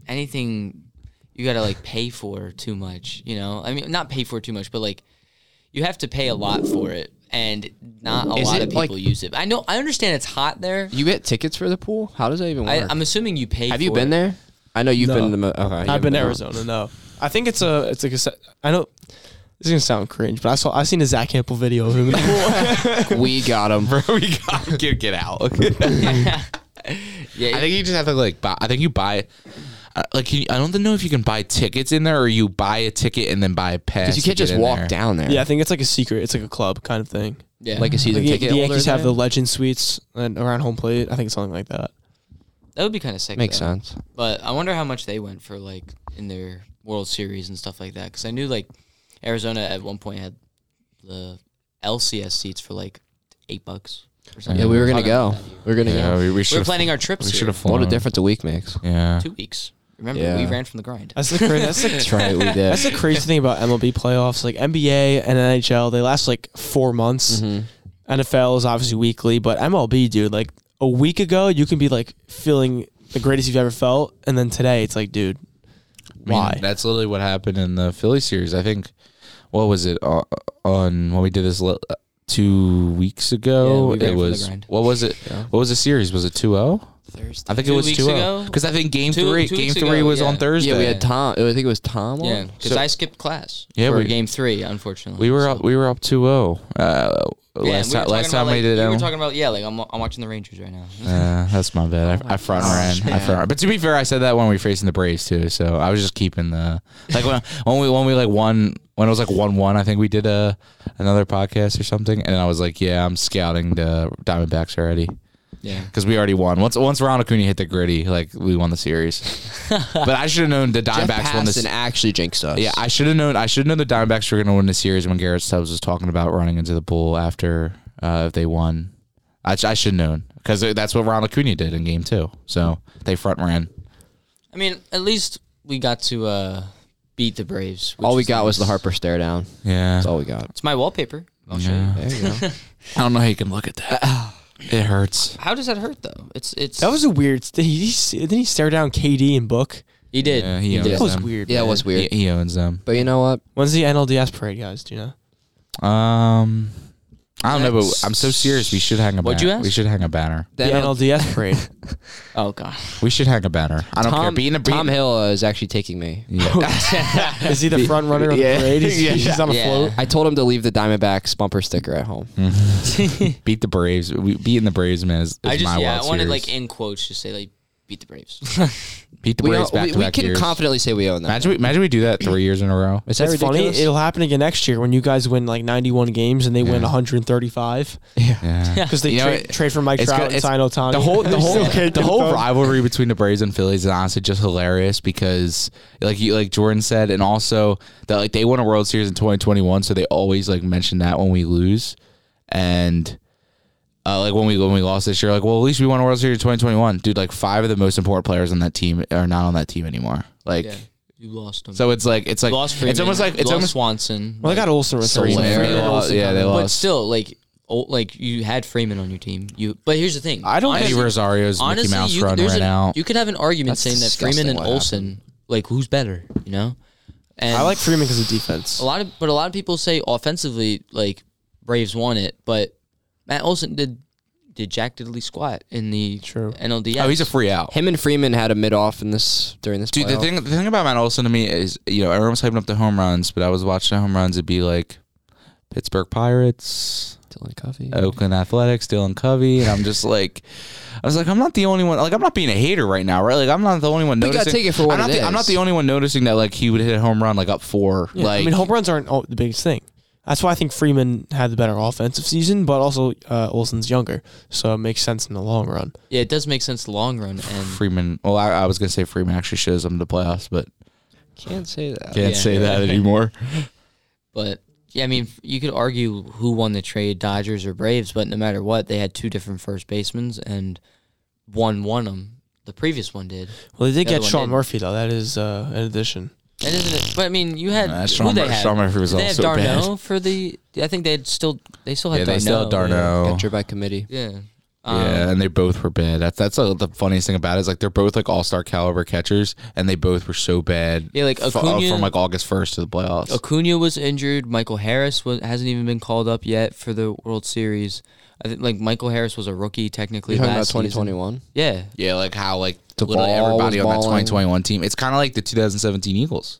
S1: anything you gotta like pay for too much. You know, I mean, not pay for too much, but like you have to pay a lot for it, and not a
S2: Is
S1: lot
S2: it,
S1: of people
S2: like-
S1: use it. I know, I understand it's hot there.
S2: You get tickets for the pool? How does that even
S1: I,
S2: work?
S1: I'm assuming you pay.
S2: Have you
S1: for
S2: been
S1: it.
S2: there? I know you've
S4: No.
S2: been in the. Mo- okay, you
S4: I've
S2: haven't
S4: been to
S2: there.
S4: Arizona. No, I think it's a it's like a se- I know this is gonna sound cringe, but I saw I seen a Zach Campbell video of him. in the pool.
S2: We got him.
S3: Bro, we got get get out.
S1: Yeah,
S3: I think you just have to like buy. I think you buy. uh, Like can you- I don't know if you can buy tickets in there, or you buy a ticket and then buy a pass.
S2: Because you
S3: to
S2: can't
S3: get
S2: just
S3: in
S2: walk
S3: there.
S2: down there.
S4: yeah, I think it's like a secret. It's like a club kind of thing.
S1: yeah.
S2: Like a season
S4: Like,
S2: ticket.
S4: the
S2: holder
S4: Yankees have
S2: there?
S4: the legend suites and around home plate. I think something like that.
S1: that would be kind of sick.
S2: Makes
S1: though.
S2: sense.
S1: But I wonder how much they went for like in their World Series and stuff like that. Because I knew like Arizona at one point had the LCS seats for like eight bucks. Or something.
S2: Yeah, we were gonna
S1: Talking about
S2: go.
S1: that year.
S2: We are gonna
S3: Yeah,
S2: go.
S3: we, we
S1: We
S3: should.
S1: were planning our trips.
S3: We
S1: here.
S3: should have flown.
S2: What a difference a week makes.
S3: Yeah.
S1: two weeks. Remember, we
S2: Yeah.
S1: ran from the grind.
S4: That's the cra- that's the
S2: That's right. We did.
S4: that's the crazy thing about MLB playoffs. Like NBA and NHL, they last like four months.
S2: Mhm.
S4: NFL is obviously weekly, but MLB, dude, like a week ago, you can be like feeling the greatest you've ever felt, and then today, it's like, dude,
S3: I mean,
S4: why?
S3: That's literally what happened in the Philly series. I think. What was it uh, on when we did this li- uh, two weeks
S1: Yeah, we
S3: ago?
S1: ran from
S3: it
S1: the
S3: was
S1: grind.
S3: what was it? What was the series? Was it 2-0?
S2: Thursday.
S3: I think
S1: Two
S3: it was oh.
S1: weeks
S3: 2-0.
S1: ago?
S3: because I think game
S1: Two-
S3: three
S1: two
S3: game
S1: weeks
S3: three
S1: ago,
S3: was
S1: yeah.
S3: on Thursday.
S2: Yeah, we had Tom. I think it was Tom. on?
S1: Yeah, because
S3: So-
S1: I skipped class.
S3: Yeah,
S1: for
S3: we-
S1: game three, unfortunately.
S3: We were
S1: So-
S3: up. We were up 2-0 uh,
S1: Yeah,
S3: last
S1: we were
S3: time. Last
S1: talking
S3: time
S1: about,
S3: we
S1: like-
S3: did.
S1: You were
S3: it.
S1: talking about yeah, like I'm I'm watching the Rangers right now.
S3: Uh, that's my bad. I, I front ran. I front ran. But to be fair, I said that when we were facing the Braves too. So I was just keeping the like when when we when we like won when it was like one one. I think we did a another podcast or something, and I was like, yeah, I'm scouting the Diamondbacks already
S1: Yeah,
S3: because we already won. Once once Ronald Acuna hit the gritty, like we won the series. but I should have known the
S2: Jeff
S3: Diamondbacks won this.
S2: Passan actually jinxed us.
S3: Yeah, I should have known. I should have known the Diamondbacks were going to win the series when Garrett Stubbs was talking about running into the pool after uh, if they won. I, sh- I should have known because that's what Ronald Acuna did in Game Two. So they front ran.
S1: I mean, at least we got to uh, beat the Braves. which
S2: all we
S1: is
S2: got was the
S1: nice.
S2: Harper stare down.
S3: Yeah,
S2: That's all we got.
S1: It's my wallpaper. I'll show you.
S3: Yeah.
S2: There you go.
S3: I don't know how you can look at that. it hurts.
S1: How does that hurt though? It's it's
S4: that was a weird. Did he, didn't he stare down KD and Book?
S1: he did.
S3: Yeah, he
S1: he
S3: owns
S1: did.
S4: That was
S3: them.
S4: weird.
S2: yeah, it
S4: man.
S2: was
S3: He,
S2: weird.
S3: he owns them.
S2: But you know what?
S4: When's the NLDS parade, guys? Do you know?
S3: Um, I don't know, but I'm so serious. We should hang a.
S1: What'd
S3: banner.
S1: you ask?
S3: We should hang a banner.
S4: The
S2: Then
S4: NLDS parade.
S1: Oh god.
S3: We should hang a banner. I don't care.
S2: Tom,
S3: Being a
S2: Tom
S3: being-
S2: Hill uh, is actually taking me.
S3: Yeah.
S4: Is he the front runner of the
S2: Yeah.
S4: parade? He's,
S2: Yeah.
S4: he's on a
S1: Yeah.
S4: float.
S2: I told him to leave the Diamondbacks bumper sticker at home.
S3: beat the Braves. We, beating the Braves, man. Is, is
S1: I just
S3: my
S1: yeah, I
S3: World
S1: wanted
S3: Series.
S1: like in quotes to say like beat the Braves.
S3: beat the
S2: We,
S3: Braves
S2: don't-
S3: back
S2: we,
S3: to
S2: we
S3: back
S2: can
S3: years.
S2: confidently say we own them.
S3: Imagine we, imagine we do that three years in a row.
S2: Is that
S4: That's funny.
S2: ridiculous?
S4: It'll happen again next year when you guys win like 91 games and they win
S3: Yeah.
S4: 135
S3: Yeah.
S4: because they
S3: You know,
S4: trade,
S3: it-
S4: trade for Mike
S3: it's
S4: Trout
S3: good-
S4: and
S3: it's-
S4: sign Otani.
S3: The whole the whole the whole
S4: confirmed.
S3: rivalry between the Braves and Phillies is honestly just hilarious because like you like Jordan said, and also that like they won a World Series in 2021, so they always like mention that when we lose, and uh, like when we when we lost this year, like well at least we won a World Series in 2021, dude. Like five of the most important players on that team are not on that team anymore. Like
S1: yeah, you lost him.
S3: so, it's like it's like
S1: lost Freeman,
S3: it's almost like
S1: you
S3: it's
S1: lost
S3: almost
S1: Swanson.
S4: Well, they got Olsen returned.
S3: Freeman.
S2: Freeman
S3: They
S2: and
S3: lost-
S2: Olsen
S3: yeah, they
S1: but
S3: lost.
S1: still like old, like you had Freeman on your team. You but here's the thing.
S4: I don't
S3: Eddie
S4: think-
S3: Rosario's
S1: honestly,
S3: Mickey Mouse
S1: you,
S3: run
S1: there's
S3: ran
S1: a-
S3: out.
S1: you could have an argument
S2: That's
S1: saying that
S2: disgusting
S1: Freeman and
S2: what
S1: Olson, like who's better, you know? And
S4: I like Freeman because of defense.
S1: a lot of but a lot of people say offensively like Braves won it, but Matt Olson did did Jack Diddley squat in the
S4: True.
S1: NLDS?
S3: Oh, he's a free out.
S2: Him and Freeman had a mid off in this during this.
S3: Dude, the
S2: playoff.
S3: thing the thing about Matt Olson to me is, you know, everyone was hyping up the home runs, but I was watching the home runs. It'd be like Pittsburgh Pirates,
S2: Dylan Covey.
S3: Oakland Athletics, Dylan Covey, and I'm just like, I was like, I'm not the only one. Like, I'm not being a hater right now, right? Like, I'm not the only one
S2: We gotta
S3: noticing.
S2: take it for what
S3: I'm not,
S2: it
S3: the, I'm not
S2: is.
S3: the only one noticing that like he would hit a home run like up four.
S4: Yeah,
S3: like,
S4: I mean, home runs aren't all the biggest thing. That's why I think Freeman had the better offensive season, but also uh, Olson's younger, so it makes sense in the long run.
S1: yeah, it does make sense long run. And
S3: Freeman. Well, I, I was gonna say Freeman actually shows him the playoffs, but
S2: Can't say that.
S3: can't
S1: Yeah.
S3: say that anymore.
S1: but yeah, I mean, you could argue who won the trade, Dodgers or Braves, but no matter what, they had two different first basemans, and one won them. The previous one did.
S4: Well, they did
S1: The other
S4: get
S1: one
S4: Sean
S1: didn't.
S4: Murphy though. That is uh, an addition.
S1: And isn't it? But I mean, you had
S3: Uh,
S1: who
S3: Sean,
S1: they
S3: Mur-
S1: had.
S3: Sean Murphy was
S1: Did they had
S3: also
S1: Darno
S3: bad.
S1: for the. I think they had still. They still had.
S3: Yeah,
S1: Darno.
S3: they still had Darno.
S2: Catcher by committee.
S1: Yeah.
S3: yeah, and they both were bad. That's that's uh, the funniest thing about it is like they're both like all star caliber catchers, and they both were so bad.
S1: Yeah, like,
S3: f- uh,
S1: Acuna-
S3: from like August first to the playoffs.
S1: Acuna was injured. Michael Harris was, hasn't even been called up yet for the World Series. I think like Michael Harris was a rookie technically
S2: You talking about
S1: last
S2: twenty
S1: season.
S2: twenty one?
S1: Yeah,
S3: Yeah, like how like
S2: The
S3: literally
S2: ball
S3: everybody
S2: was
S3: on that
S2: balling.
S3: 2021 team. It's kind of like the 2017 Eagles.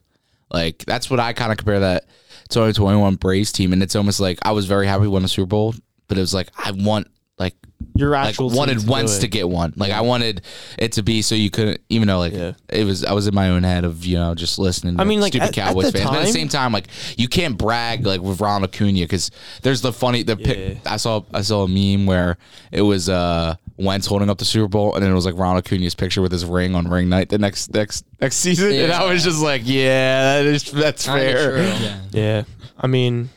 S3: Like that's what I kind of compare that 2021 Braves team, and it's almost like I was very happy we won the Super Bowl, but it was like I want like
S4: Your
S3: like
S4: actual team
S3: wanted
S4: to do
S3: Wentz
S4: it.
S3: to get one. Like I wanted it to be so you couldn't even though like
S4: Yeah.
S3: it was I was in my own head of you know just listening. To
S4: I mean, like,
S3: stupid
S4: at- at
S3: Cowboys
S4: the
S3: fans, but at the
S4: time-
S3: same time like you can't brag like with Ronald Acuna because there's the funny the pic, I saw I saw a meme where it was uh Wentz holding up the Super Bowl and then it was like Ronald Acuna's picture with his ring on ring night the next next next season and I was just like yeah that is that's
S1: Kinda
S3: fair.
S1: true. Yeah.
S4: Yeah, I mean,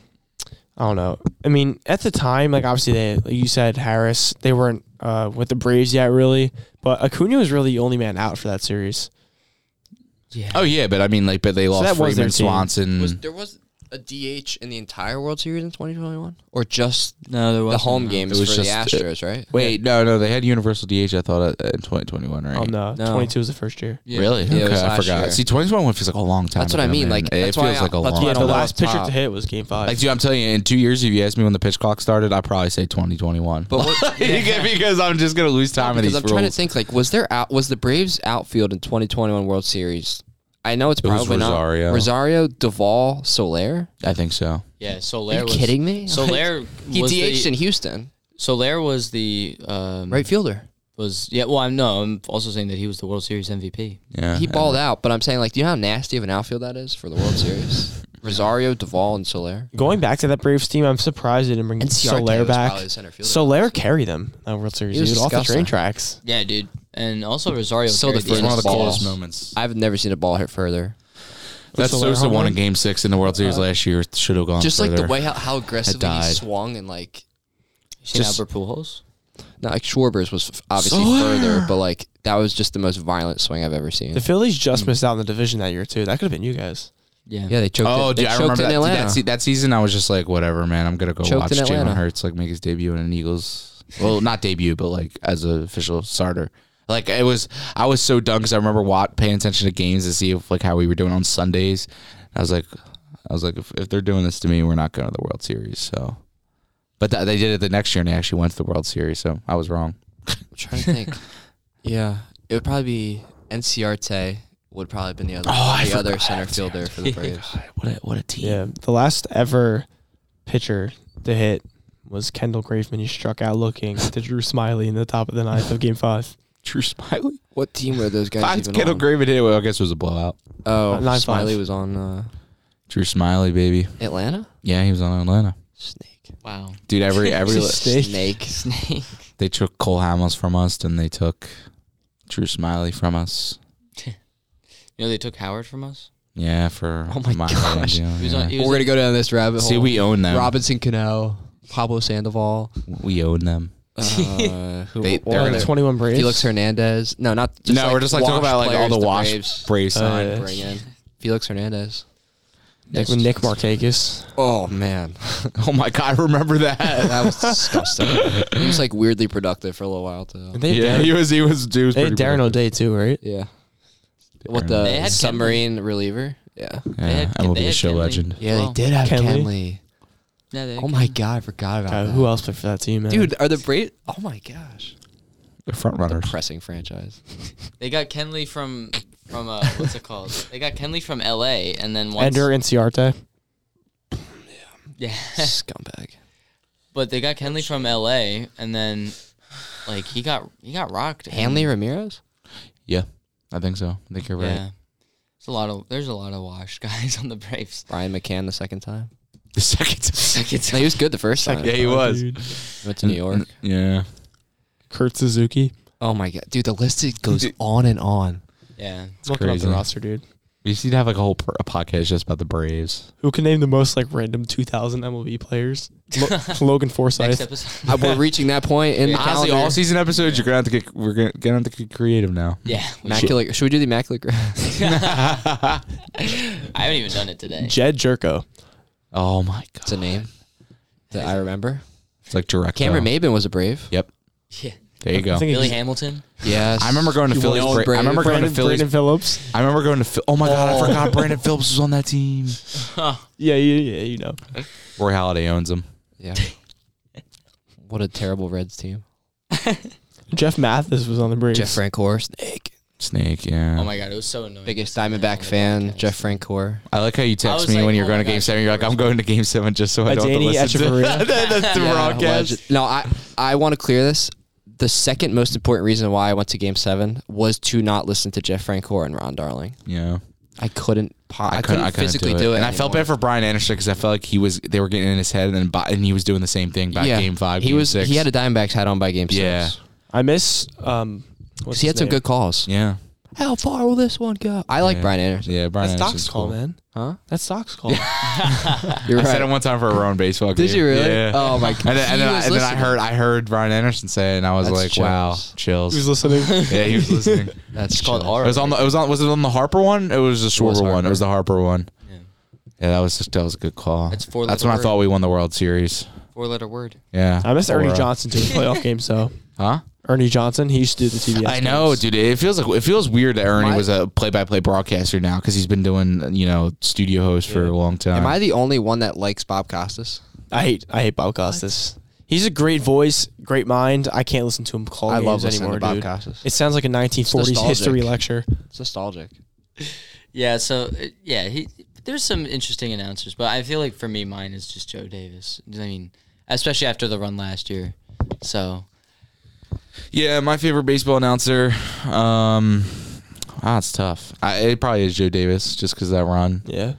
S4: I don't know. I mean, at the time, like obviously they, like you said, Harris, they weren't uh, with the Braves yet, really. But Acuna was really the only man out for that series.
S1: yeah.
S3: Oh yeah, but I mean like but they lost
S4: that was their
S3: Freeman
S4: team.
S3: Swanson.
S2: Was there was a DH in the entire World Series in twenty twenty one, or just
S1: No, there was
S2: the home games
S3: It was
S2: for
S3: just-
S2: the Astros? Right.
S3: Wait, no, no, they had universal DH. I thought uh, in twenty twenty one, right?
S4: Um, no,
S1: No.
S4: 22 was the first year.
S3: Really?
S2: Yeah, it
S3: okay,
S2: was
S3: I
S2: last
S3: forgot.
S2: year.
S3: See, 2021 feels like a long time.
S2: That's what I
S3: ago,
S2: mean,
S3: man.
S2: like,
S3: it
S2: that's
S3: feels
S2: why I- that's
S3: like a long.
S2: why Oh, I
S4: Yeah,
S2: don't
S4: the
S2: know
S4: last
S2: off the
S4: pitcher
S2: top.
S4: to hit was Game Five.
S3: Like, dude, I'm telling you, in two years, if you asked me when the pitch clock started, I probably say 2021. But because I'm just gonna lose time in
S2: because
S3: these
S2: I'm trying to
S3: rules.
S2: think, like, was there out was the Braves outfield in 2021 World Series? I know it's
S3: was
S2: probably
S3: Rosario.
S2: not Rosario, Duvall, Soler.
S3: I think so.
S1: yeah.
S2: Are
S1: Solaire
S2: you
S1: was,
S2: kidding me?
S1: Solaire
S2: he
S1: was
S2: DH'd
S1: the,
S2: in Houston,
S1: Solaire was the um,
S2: right fielder.
S1: was yeah. Well, I'm no. I'm also saying that he was the World Series MVP.
S3: Yeah.
S2: He balled out, but I'm saying, like, do you know how nasty of an outfield that is for the World Series? Rosario, Duvall, and Soler.
S4: Going back to that Braves team, I'm surprised they didn't bring
S2: And Ciarte
S4: Solaire
S2: was
S4: back.
S2: probably the center fielder.
S4: Solaire carried them that World Series
S2: He was
S4: dude, off the
S2: disgusting.
S4: train tracks.
S1: Yeah, dude. And also Rosario.
S2: So the
S1: carried
S2: first
S1: them.
S3: It's one of the
S2: Balls.
S3: coolest moments.
S2: I've never seen a ball hit further.
S3: That's
S4: Whistle
S3: so Uh, the
S4: home
S3: one
S4: run?
S3: in Game Six in the World Series last year. Should have gone.
S2: Just like
S3: further.
S2: the way how, how aggressively he
S3: died.
S2: swung and like
S1: Seen
S3: just-
S1: Albert Pujols.
S2: not like Schwarber's was f- obviously
S3: Soler!
S2: further, but like that was just the most violent swing I've ever seen.
S4: The Phillies just
S2: Hmm.
S4: missed out on the division that year too. That could have been you guys.
S1: Yeah.
S2: yeah, they choked.
S3: Oh,
S2: it, they
S3: dude, I
S2: choked it
S3: remember that,
S2: in
S3: dude,
S2: Atlanta.
S3: that, se- that season. I was just like, whatever, man. I'm gonna go
S2: Choked in
S3: watch Jalen
S2: Atlanta.
S3: Hurts like make his debut in an Eagles. Well, not debut, but like as an official starter. Like it was, I was so dumb because I remember Watt paying attention to games to see if like how we were doing on Sundays. I was like, I was like, if, if they're doing this to me, we're not going to the World Series. So, but th- they did it the next year and they actually went to the World Series. So I was wrong.
S2: I'm trying to think. yeah, it would probably be NCRT would probably have been the other
S3: Oh, I
S2: the other
S3: forgot
S2: center fielder for the Braves.
S3: God, what a what a team.
S4: Yeah, the last ever pitcher to hit was Kendall Graveman. He struck out looking to Drew Smiley in the top of the ninth of Game Five.
S3: Drew Smiley.
S2: What team were those guys
S3: Find
S2: even
S3: Kittle
S2: on?
S3: Graven hit. Well, I guess it was a blowout.
S2: oh,
S4: Uh, nine
S2: Smiley
S4: five.
S2: was on uh,
S3: Drew Smiley, baby.
S2: Atlanta.
S3: Yeah, he was on Atlanta.
S2: Snake.
S1: Wow.
S3: Dude, every every
S4: Just
S2: Snake.
S4: Snake.
S1: Snake.
S3: they took Cole Hamels from us, then they took Drew Smiley from us.
S1: You know they took Howard from us.
S3: Yeah, for
S2: Oh my
S3: Miami,
S2: gosh.
S3: yeah,
S1: He was on-
S3: yeah.
S1: he was
S2: We're gonna go down this rabbit hole.
S3: See, we own them.
S2: Robinson Cano, Pablo Sandoval,
S3: We own them.
S2: uh, who,
S3: They-
S2: or
S3: they're in
S2: the-
S3: it.
S4: Twenty-one Braves. Uh,
S2: Felix Hernandez. No, not just
S3: no, we're just like talking
S2: washed
S3: about like all
S2: players
S3: the wash
S2: Braves
S3: Braves
S4: Oh,
S3: sign.
S4: yeah.
S2: bring in. Felix Hernandez.
S4: Nick, Nick Markakis.
S2: Oh man,
S3: Oh my god, remember that?
S2: that was disgusting. he was like weirdly productive for a little while too.
S4: And they had
S3: yeah,
S4: Darren,
S3: he was he was dude.
S4: they had Darren O'Day too, right?
S2: Yeah.
S3: What
S2: What
S3: the
S2: the
S1: They had
S2: submarine reliever? Yeah.
S3: Yeah,
S1: They had-
S3: and we'll
S1: they
S3: be a
S1: had
S3: show
S1: Kenley.
S3: legend.
S2: Yeah,
S1: Well,
S2: they did have
S4: Kenley.
S2: Kenley.
S1: Yeah, they,
S2: Oh my god, I forgot about
S4: God,
S2: that.
S4: who else played for that team, man?
S2: Dude, are the Braves? Oh my gosh,
S3: The front runners.
S2: depressing franchise.
S1: they got Kenley from from uh, what's it called? They got Kenley from L.A. and then once,
S4: Ender and Ciarte.
S1: yeah,
S2: Scumbag.
S1: but they got Kenley from L.A. and then like he got he got rocked. and-
S2: Hanley Ramirez.
S3: Yeah, I think so. I think you're right.
S1: Yeah, it's a lot of there's a lot of washed guys on the Braves.
S2: Brian McCann the second time.
S3: The second.
S2: No, he was good the first time.
S3: Yeah, he was.
S2: Went to New York.
S3: Yeah.
S4: Kurt Suzuki.
S2: Oh my god, dude, the list it goes on and on.
S1: Yeah,
S4: Looking up
S3: crazy.
S4: the roster, dude.
S3: We just need to have like a whole pr- a podcast just about the Braves.
S4: Who can name the most like random 2000 MLB players? Lo- Logan
S1: next
S4: Forsythe.
S1: episode.
S2: Uh, We're reaching that point in the
S3: Honestly,
S2: calendar.
S3: all season episodes, you're gonna have to get we're gonna, gonna have to get creative now.
S1: Yeah, we should-
S2: Immaculate. Should we do the immaculate? Gra-
S1: I haven't even done it today.
S4: Jed Jerko.
S3: Oh my god,
S2: it's a name that I remember.
S3: It's like direct.
S2: Cameron Maben was a Brave.
S3: Yep.
S1: Yeah.
S3: There you go.
S4: I
S3: I,
S4: think
S1: Billy
S4: he's-
S1: Hamilton.
S2: Yes.
S3: remember going to
S2: He
S3: Phillies.
S2: was
S3: Bra- I
S2: Brave.
S3: remember going
S4: Brandon,
S3: to Phillies.
S4: Brandon Phillips.
S3: I remember going to. Phil- oh my god,
S2: Oh.
S3: I forgot Brandon Phillips was on that team.
S4: Yeah, yeah, yeah, you know.
S3: Roy Halladay owns him.
S2: Yeah. What a terrible Reds team.
S4: Jeff Mathis was on the Braves.
S2: Jeff Francoeur, snake.
S3: Snake. Yeah.
S1: Oh my god, it was so annoying.
S2: Biggest
S1: On
S2: Diamondback
S1: the
S2: fan,
S1: podcast.
S2: Jeff Francoeur.
S3: I like how you
S1: I
S3: text
S1: was
S3: me
S1: like,
S3: when you're
S1: oh
S3: going
S1: my
S3: to game
S1: gosh,
S3: seven. You're like, I'm going to game seven just so I don't
S4: Adani
S3: have to listen to
S4: Echevarria.
S3: That's the
S2: Yeah,
S3: broadcast.
S2: legend. No, I I want to clear this. The second most important reason why I went to Game Seven was to not listen to Jeff Francoeur and Ron Darling.
S3: Yeah.
S2: I couldn't. po- I, couldn't, physically do it,
S3: and I felt
S2: anymore.
S3: bad for Brian Anderson because I felt like he was they were getting in his head, and then bo- and he was doing the same thing back game five.
S2: He
S3: game
S2: was.
S3: six.
S2: He had a Diamondbacks hat on by Game
S3: Yeah.
S2: Six.
S4: I miss um what's
S2: Because he
S4: his
S2: had some
S4: name?
S2: good calls.
S3: yeah,
S2: How far will this one go? I like
S3: Yeah.
S2: Brian Anderson.
S3: yeah. Brian
S4: That's
S3: Anderson's
S4: Doc's call,
S3: cool.
S4: man.
S2: Huh?
S4: That's Doc's call.
S2: You're
S3: I said it
S2: right.
S3: one time for a Rowan baseball game.
S2: Did you really?
S3: Yeah.
S2: Oh my god.
S3: and then, and then, I, and then I heard I heard Brian Anderson say, it and I was
S2: That's
S3: like, wow,
S2: chills.
S3: chills.
S4: He was listening.
S3: yeah, he was listening.
S2: That's
S1: It's called
S2: chilling.
S3: it was on the. It was on. Was it on the Harper one? It was the
S2: was
S3: Schwarber one.
S2: Harper.
S3: It was the Harper one.
S1: Yeah.
S3: Yeah, that was just, that was a good call.
S1: That's four
S3: That's
S1: letter
S3: when I
S1: word.
S3: thought we won the World Series.
S1: Four letter word.
S3: Yeah,
S4: I miss
S3: Or,
S4: Ernie
S3: uh,
S4: Johnson to the playoff game, so
S3: Huh?
S4: Ernie Johnson, he used to do the TBS.
S3: I know,
S4: games.
S3: dude. It feels like it feels weird that Ernie
S2: I-
S3: was a play-by-play broadcaster now because he's been doing you know studio host for a long time.
S2: Am I the only one that likes Bob Costas?
S4: I hate I hate Bob Costas. He's a great voice, great mind. I can't listen to him call
S2: I
S4: games
S2: love listening
S4: anymore,
S2: to Bob
S4: dude.
S2: Costas.
S4: It sounds like a 1940s
S2: nostalgic.
S4: history lecture.
S2: It's nostalgic.
S1: Yeah, so uh, yeah, he there's some interesting announcers, but I feel like for me, mine is just Joe Davis. I mean, especially after the run last year. So
S3: yeah, my favorite baseball announcer. Um, ah, it's tough. I, it probably is Joe Davis just because that run.
S4: Yeah.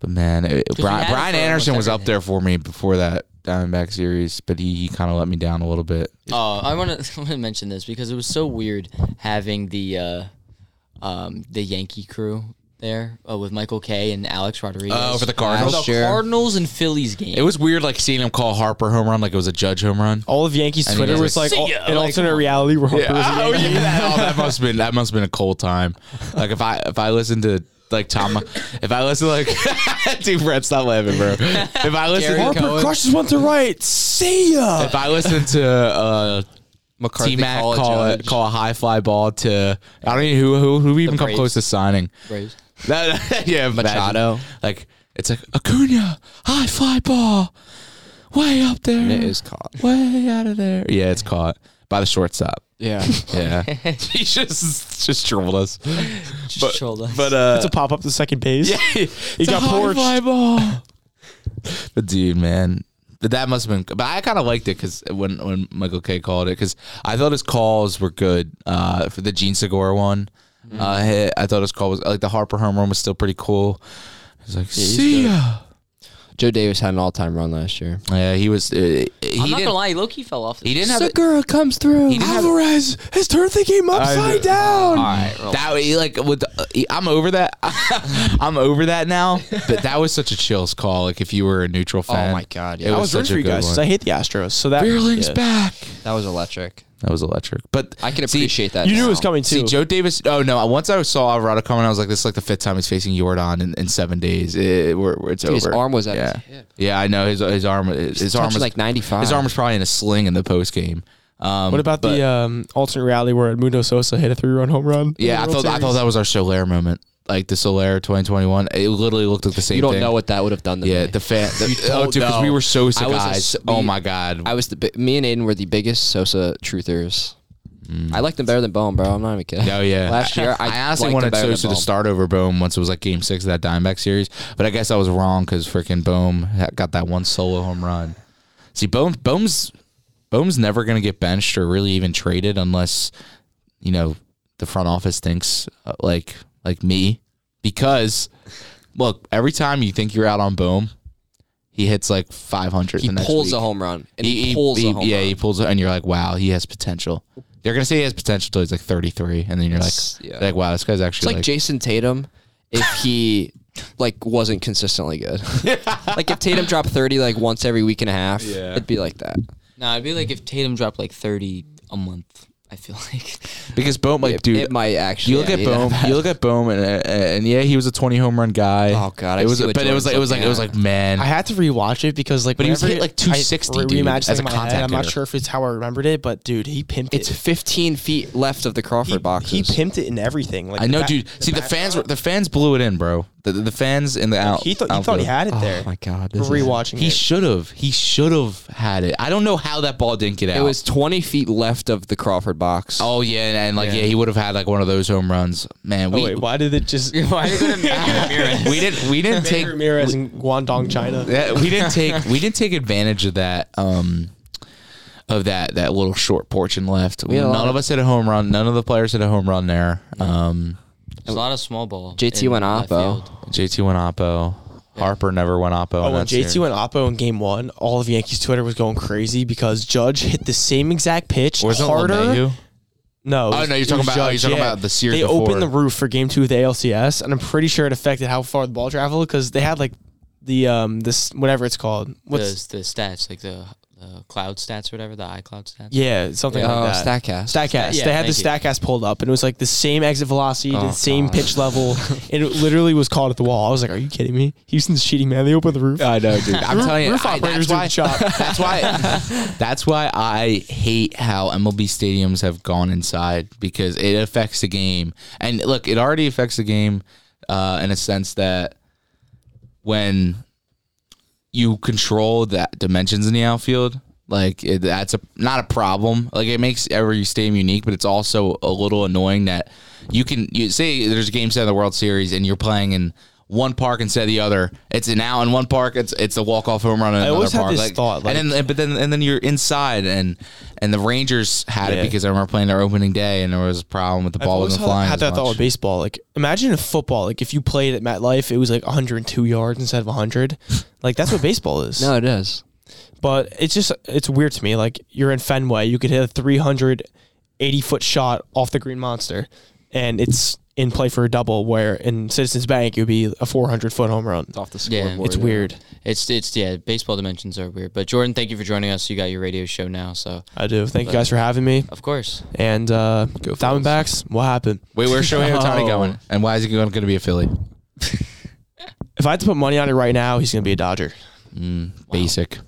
S3: But man, it,
S1: we had
S3: Brian,
S1: him
S3: Brian
S1: for
S3: Anderson
S1: almost
S3: was up
S1: everything.
S3: there for me before that Diamondback series, but he, he kind of let me down a little bit.
S1: Oh, I want to mention this because it was so weird having the uh, um, the Yankee crew there uh, with Michael K and Alex Rodriguez.
S3: Oh, for the
S1: For
S3: Cardinals?
S1: the
S2: Sure.
S1: Cardinals and Phillies game.
S3: It was weird, like seeing him call Harper home run like it was a judge home run.
S4: All of Yankees
S3: And he
S4: Twitter
S3: was
S4: was
S3: like,
S4: like,
S1: "See
S4: al-
S1: ya,"
S4: an
S1: like-
S4: alternate reality where Harper was a
S3: Oh,
S4: Yankee.
S3: yeah. oh, that must have been that must have been a cold time. Like if I if I listened to like Tom, if I listen to like dude, Brett, stop laughing, bro. If I listen,
S2: Gary
S3: if
S2: Cohen.
S4: crushes one to right. See ya.
S3: I listen to uh,
S2: McCarthy
S3: T Mac
S2: College
S3: call it
S2: judge.
S3: call a high fly ball to I don't even who who who even come
S1: Braves.
S3: close to signing.
S1: Braves.
S3: That, that- yeah, imagine.
S2: Machado.
S3: Like it's like Acuna high fly ball, way up there.
S2: And it is caught.
S3: way out of there. Yeah, it's caught by the shortstop.
S2: Yeah.
S3: Yeah, he just just dribbled us.
S1: Just
S3: But,
S1: trolled us.
S3: but uh,
S4: to pop up the second base.
S3: he
S4: got porched.
S3: ball. but dude, man, but that must have been. But I kind of liked it because when when Michael K called it, because I thought his calls were good uh, for the Gene Segura one. Uh, hit, I thought his call was like the Harper home run was still pretty cool. He's like, see ya.
S2: Joe Davis had an all-time run last year.
S3: Yeah, he was. Uh,
S1: I'm
S3: he
S1: not gonna
S3: didn't.
S1: lie, he low-key fell off.
S3: He didn't have. the-
S2: Segura comes through.
S3: He didn't have-
S4: Alvarez has turned the game upside
S3: All
S4: down.
S3: right, that way, like with the, uh, I'm over that. I'm over that now. But that was such a chills call. Like if you were a neutral fan,
S2: Oh my god, yeah.
S3: It
S4: I
S2: That
S3: was
S4: was rooting
S3: such a
S4: for you
S3: good
S4: guys
S3: one.
S4: because I hate the Astros. So that
S3: Beerling's
S4: Yeah.
S3: back.
S2: was, electric.
S3: That was electric. But
S2: I can
S3: see,
S2: appreciate that.
S4: You knew it
S2: now.
S4: was coming too.
S3: See, Joe Davis. Oh no! Once I saw Alvarado coming, I was like, "This is like the fifth time he's facing Yordan in, in seven days. It, we're, we're- it's
S2: Dude,
S3: over."
S2: his arm was at
S3: yeah.
S2: his hip.
S3: Yeah, I know his his arm. His, his arm
S2: touching,
S3: was
S2: like, 95.
S3: His arm was probably in a sling in the post game. Um,
S4: what about
S3: but-
S4: the um, alternate reality where Edmundo Sosa hit a three-run home run? in
S3: Yeah, I
S4: the World
S3: thought I
S4: Series?
S3: thought that was our Solaire moment. like the Solera 2021, it literally looked like the same.
S2: you don't
S3: thing.
S2: know what that would have done to
S3: Yeah,
S2: me.
S3: the fan. The, oh,
S2: don't
S3: dude, because
S2: know.
S3: we were Sosa
S2: I was a
S3: guys.
S2: s-
S3: oh
S2: we-
S3: my god.
S2: I was the bi- me and Aiden were the biggest Sosa truthers. I liked him better than Bone, bro. I'm not even kidding.
S3: Mm. Oh yeah.
S2: Last year, I,
S3: I, honestly
S2: liked him
S3: wanted
S2: better than
S3: Sosa to
S2: Bohm.
S3: start over Bohm once it was like Game Six of that Dimeback series, but I guess I was wrong because freaking Bohm ha- got that one solo home run. See, Bohm, Bohm's Bohm's never gonna get benched or really even traded unless you know the front office thinks uh, like like me because look, every time you think you're out on Bohm, he hits like 500. the
S2: He
S3: next
S2: pulls
S3: week.
S2: a home run. And he, pulls a home
S3: yeah,
S2: run.
S3: he pulls, and you're like, wow, he has potential. They're gonna say he has potential till he's like 33, and then you're like,
S2: It's- yeah.
S3: like wow, this guy's
S2: It's
S3: actually
S2: like, Jason Tatum if he like wasn't consistently good. like if Tatum dropped 30 like once every week and a half, it'd be like that.
S1: No, it'd be like if Tatum dropped like thirty a month. I feel like
S3: because Bohm, like,
S2: it,
S3: dude,
S2: it might actually
S3: you look at
S2: be that
S3: Bohm,
S2: bad.
S3: you look at Bohm, and, and, and yeah, he was a 20 home run guy.
S2: Oh, God, I
S3: it was,
S2: see what
S3: but it was like, it was like, it was like, man,
S4: I had to rewatch it because like,
S3: But he was
S4: whenever
S3: hit, like,
S4: I
S3: 260,
S4: re-
S3: dude,
S4: reimagined
S3: as
S4: it in
S3: a
S4: my head,
S3: contact
S4: I'm not
S3: hitter.
S4: sure if it's how I remembered it, but dude, he pimped
S2: it's
S4: it.
S2: 15 feet left of the
S4: he,
S2: Crawford box.
S4: he pimped it in everything. Like
S3: I
S4: the
S3: know,
S4: back-
S3: dude. See, the fans, were, the fans blew it in, bro. The, the fans in the out.
S4: He thought he thought
S3: outfield.
S4: he had it there.
S2: Oh my god. This is-
S4: Rewatching
S3: He
S4: it.
S3: should have. He should have had it. I don't know how that ball didn't get out.
S2: it was 20 feet left of the Crawford box.
S3: Oh yeah, and, and like yeah. he would have had like one of those home runs. Man, we
S4: oh, wait, why did it just
S1: why are you gonna
S3: we didn't we didn't take
S4: Ramirez in Guangdong, China?
S3: that, we didn't take we didn't take advantage of that um of that that little short portion left.
S2: had a
S3: none
S2: lot
S3: of us hit a home run. None of the players hit a home run there. Um,
S1: There's a lot of small ball.
S2: JT
S1: in
S2: went
S1: left
S2: off, though.
S1: field.
S3: JT went oppo. Harper never went oppo.
S4: Oh, when JT went Oppo in game one, all of Yankees Twitter was going crazy because Judge hit the same exact pitch
S3: was
S4: harder.
S3: LeMahieu?
S4: No. it
S3: Oh,
S4: was-
S3: no, you're
S4: it
S3: talking
S4: was
S3: about- oh, you're talking about the series
S4: They
S3: before.
S4: opened the roof for game two of the ALCS, and I'm pretty sure it affected how far the ball traveled because they had like the um this whatever it's called. What's
S1: The, the stats, like the the cloud stats or whatever, the iCloud stats.
S4: yeah something
S2: oh,
S4: like that.
S2: Statcast.
S4: Statcast.
S1: Yeah,
S4: they had the
S1: thank
S4: Statcast pulled up, and it was like the same exit velocity,
S2: Oh,
S4: the same
S2: God.
S4: pitch level. and it literally was caught at the wall. I was like, "Are you kidding me? Houston's cheating, man. They opened the roof."
S3: I know, dude. I'm telling you,
S4: roof
S3: I,
S4: operators
S3: that's
S4: do
S3: why.
S4: the job.
S3: That's why. That's why I hate how MLB stadiums have gone inside because it affects the game. And look, it already affects the game uh, in a sense that when you control that dimensions in the outfield, like it, that's a not a problem. Like it makes every stadium unique, but it's also a little annoying that you can you say there's a game set of the World Series and you're playing in one park instead of the other. It's an out in one park. It's it's a walk off home run in another
S4: always had
S3: park.
S4: this
S3: like,
S4: thought, like-
S3: and then but then and then you're inside and and the Rangers had it
S4: Yeah.
S3: because I remember playing their opening day and there was a problem with the
S4: I've
S3: ball
S4: always
S3: wasn't
S4: had,
S3: flying.
S4: had
S3: as
S4: that thought
S3: much.
S4: with baseball. Like, imagine if football, like, if you played at MetLife, it was like 102 yards instead of 100. Like, that's what baseball is.
S2: No, it is.
S4: But it's just, it's weird to me. Like, you're in Fenway, you could hit a 380 foot shot off the Green Monster, and it's in play for a double, where in Citizens Bank, it would be a 400 foot home run.
S2: It's off the
S1: Yeah,
S2: scoreboard.
S4: It's weird.
S1: It's it's yeah, baseball dimensions are weird. But Jordan, thank you for joining us. You got your radio show now, so
S4: I do. Thank you guys for having me.
S1: of course.
S4: And uh,
S2: Go Phils.
S4: Diamondbacks, what happened?
S3: Wait, where's Shohei Ohtani
S2: Oh.
S3: going? And why is he going to be a Philly?
S4: If I had to put money on it right now, he's going to be a Dodger.
S3: Mm, Basic.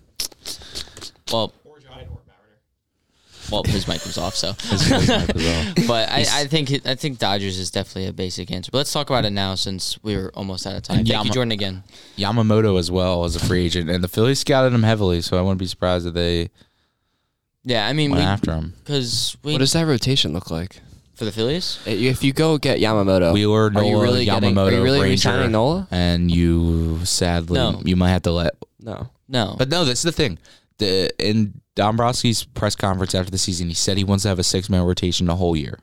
S1: Well, well, his mic was off, so.
S3: Wow.
S1: But I, I think it- I think Dodgers is definitely a basic answer. But let's talk about it now since we were almost out of time.
S3: And
S1: Thank
S3: Yama-
S1: you, Jordan, again.
S3: Yamamoto as well as a free agent, and the Phillies scouted him heavily, so I wouldn't be surprised if they
S1: Yeah, I mean,
S3: went after him.
S1: because we,
S2: What does that rotation look like?
S1: for the Phillies,
S2: If you go get Yamamoto,
S3: Wheeler, Nola,
S2: Oh. are you really getting,
S3: Yamamoto,
S2: are you really
S3: Ranger,
S2: resigning Nola?
S3: and you sadly
S1: No.
S3: you might have to let.
S2: No.
S1: no.
S3: But no, this is the thing. The in Dombrowski's press conference after the season, he said he wants to have a six man rotation the whole year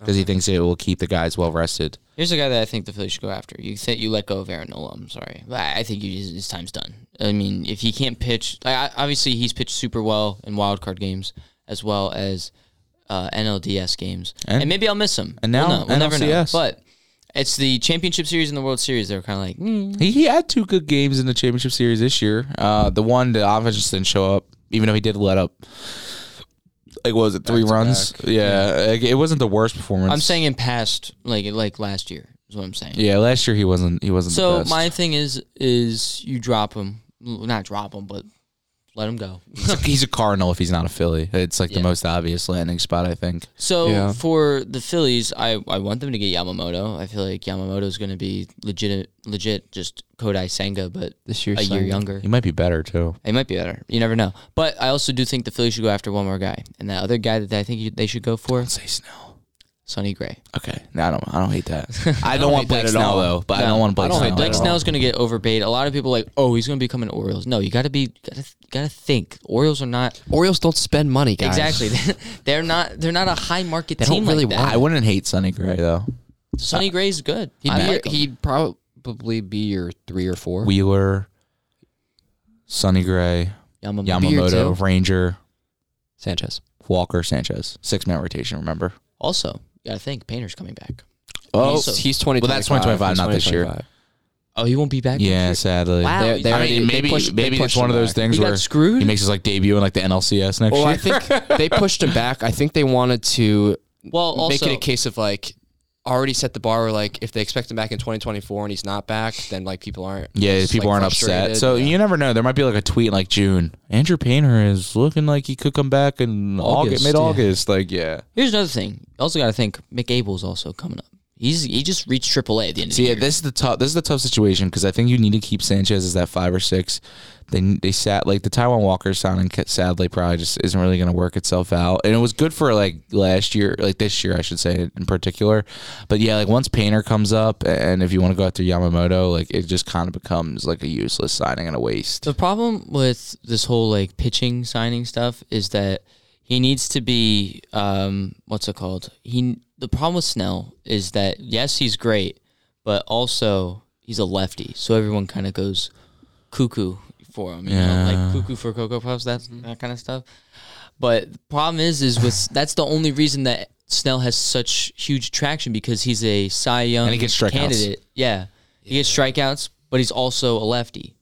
S3: because he thinks it will keep the guys well rested.
S1: Here's a guy that I think the Phillies should go after. You think you let go of Aaron Nola? I'm sorry, But I I think you, his his time's done. I mean, if he can't pitch, I, I- obviously he's pitched super well in wild card games as well as uh, NLDS games,
S3: And-
S1: and, maybe I'll miss him.
S3: and now
S1: we'll, know. We'll never know.
S3: NLCS.
S1: But it's the Championship Series and the World Series. They're kind of like, mm.
S3: He, he had two good games in the championship series this year. Uh, the one that offense just didn't show up, even though he did let up. Like what was it three runs? Yeah, like, it wasn't the worst performance.
S1: I'm saying in past, like like last year is what I'm saying.
S3: Yeah, last year he wasn't. He wasn't. the
S1: So
S3: best.
S1: my thing is, is you drop him, L- not drop him, but Let him go.
S3: He's a, he's a Cardinal if he's not a Philly. It's like
S1: Yeah.
S3: the most obvious landing spot, I think.
S1: So
S2: Yeah.
S1: for the Phillies, I, I want them to get Yamamoto. I feel like Yamamoto is going to be legit, legit, just Kodai Senga, but
S2: This year,
S1: a year younger.
S3: He might be better too.
S1: It might be better. You never know. But I also do think the Phillies should go after one more guy, and that other guy that I think you, they should go for,
S3: Say Snell.
S1: Sonny Gray.
S3: Okay, no, I don't. I don't hate that. I
S2: don't
S3: don't want
S2: hate that
S3: Blake
S2: at
S3: Snell
S2: all.
S3: though, but I
S1: No,
S3: don't want Blake
S2: I don't hate
S3: Snell.
S2: that
S1: Blake
S2: at all.
S1: Snell's going to get overpaid. A lot of people are like, oh, he's going to become an Orioles. No, you got to be, gotta th- gotta think. Orioles are not
S2: Orioles don't spend money, guys.
S1: exactly. They're not. They're not a high market
S2: don't
S1: team
S2: really
S1: like
S3: I
S1: that.
S3: wouldn't hate Sonny Gray though.
S1: Sonny Gray's good. He'd be
S2: He'd, be your-
S1: like him.
S2: he'd probably be your three or four.
S3: Wheeler, Sonny Gray,
S1: Yamamoto.
S3: Yamamoto,
S2: too.
S3: Ranger,
S2: Sanchez.
S3: Walker, Sanchez. Six man rotation. Remember?
S1: Also, you got to think Painter's coming back.
S3: Oh,
S2: he's, he's 20.
S3: Well, that's 2025, not this year.
S1: Oh, he won't be back.
S3: yeah,
S1: next year?
S3: sadly.
S1: Wow.
S2: They're,
S1: I
S2: they
S3: I
S2: already,
S3: mean,
S2: they
S3: maybe
S2: pushed,
S3: maybe it's one of those things
S1: He
S3: where
S1: got screwed.
S3: he makes his like debut in like the NLCS next
S2: Well,
S3: year.
S2: Oh, I think they pushed him back. I think they wanted to
S1: well, also
S2: make it a case of like already set the bar where like if they expect him back in 2024 and he's not back, then like people aren't.
S3: Yeah,
S2: just,
S3: people
S2: like,
S3: aren't upset.
S2: frustrated.
S3: So
S2: Yeah.
S3: you never know. There might be like a tweet in, like June. Andrew Painter is looking like he could come back in
S2: August,
S3: August, mid August. Like yeah.
S1: Here's another thing. Also, got to think McAble's also coming up. He's he just reached AAA at the end of
S3: See,
S1: the
S3: yeah,
S1: year.
S3: this is the tough. This is the tough situation because I think you need to keep Sanchez as that five or six. They they sat like the Taiwan Walker signing ca- sadly probably just isn't really going to work itself out. And it was good for like last year, like this year I should say in particular. But yeah, like once Painter comes up, and if you want to go after Yamamoto, like it just kind of becomes like a useless signing and a waste.
S1: The problem with this whole like pitching signing stuff is that he needs to be um what's it called? He the problem with Snell is that yes, he's great, but also he's a lefty, so everyone kind of goes cuckoo for him, you know,
S3: Yeah.
S1: like cuckoo for cocoa puffs, that that kind of stuff. But the problem is, is with that's the only reason that Snell has such huge traction because he's a Cy Young
S3: And he gets strikeouts.
S1: candidate. Yeah, he gets strikeouts, but he's also a lefty.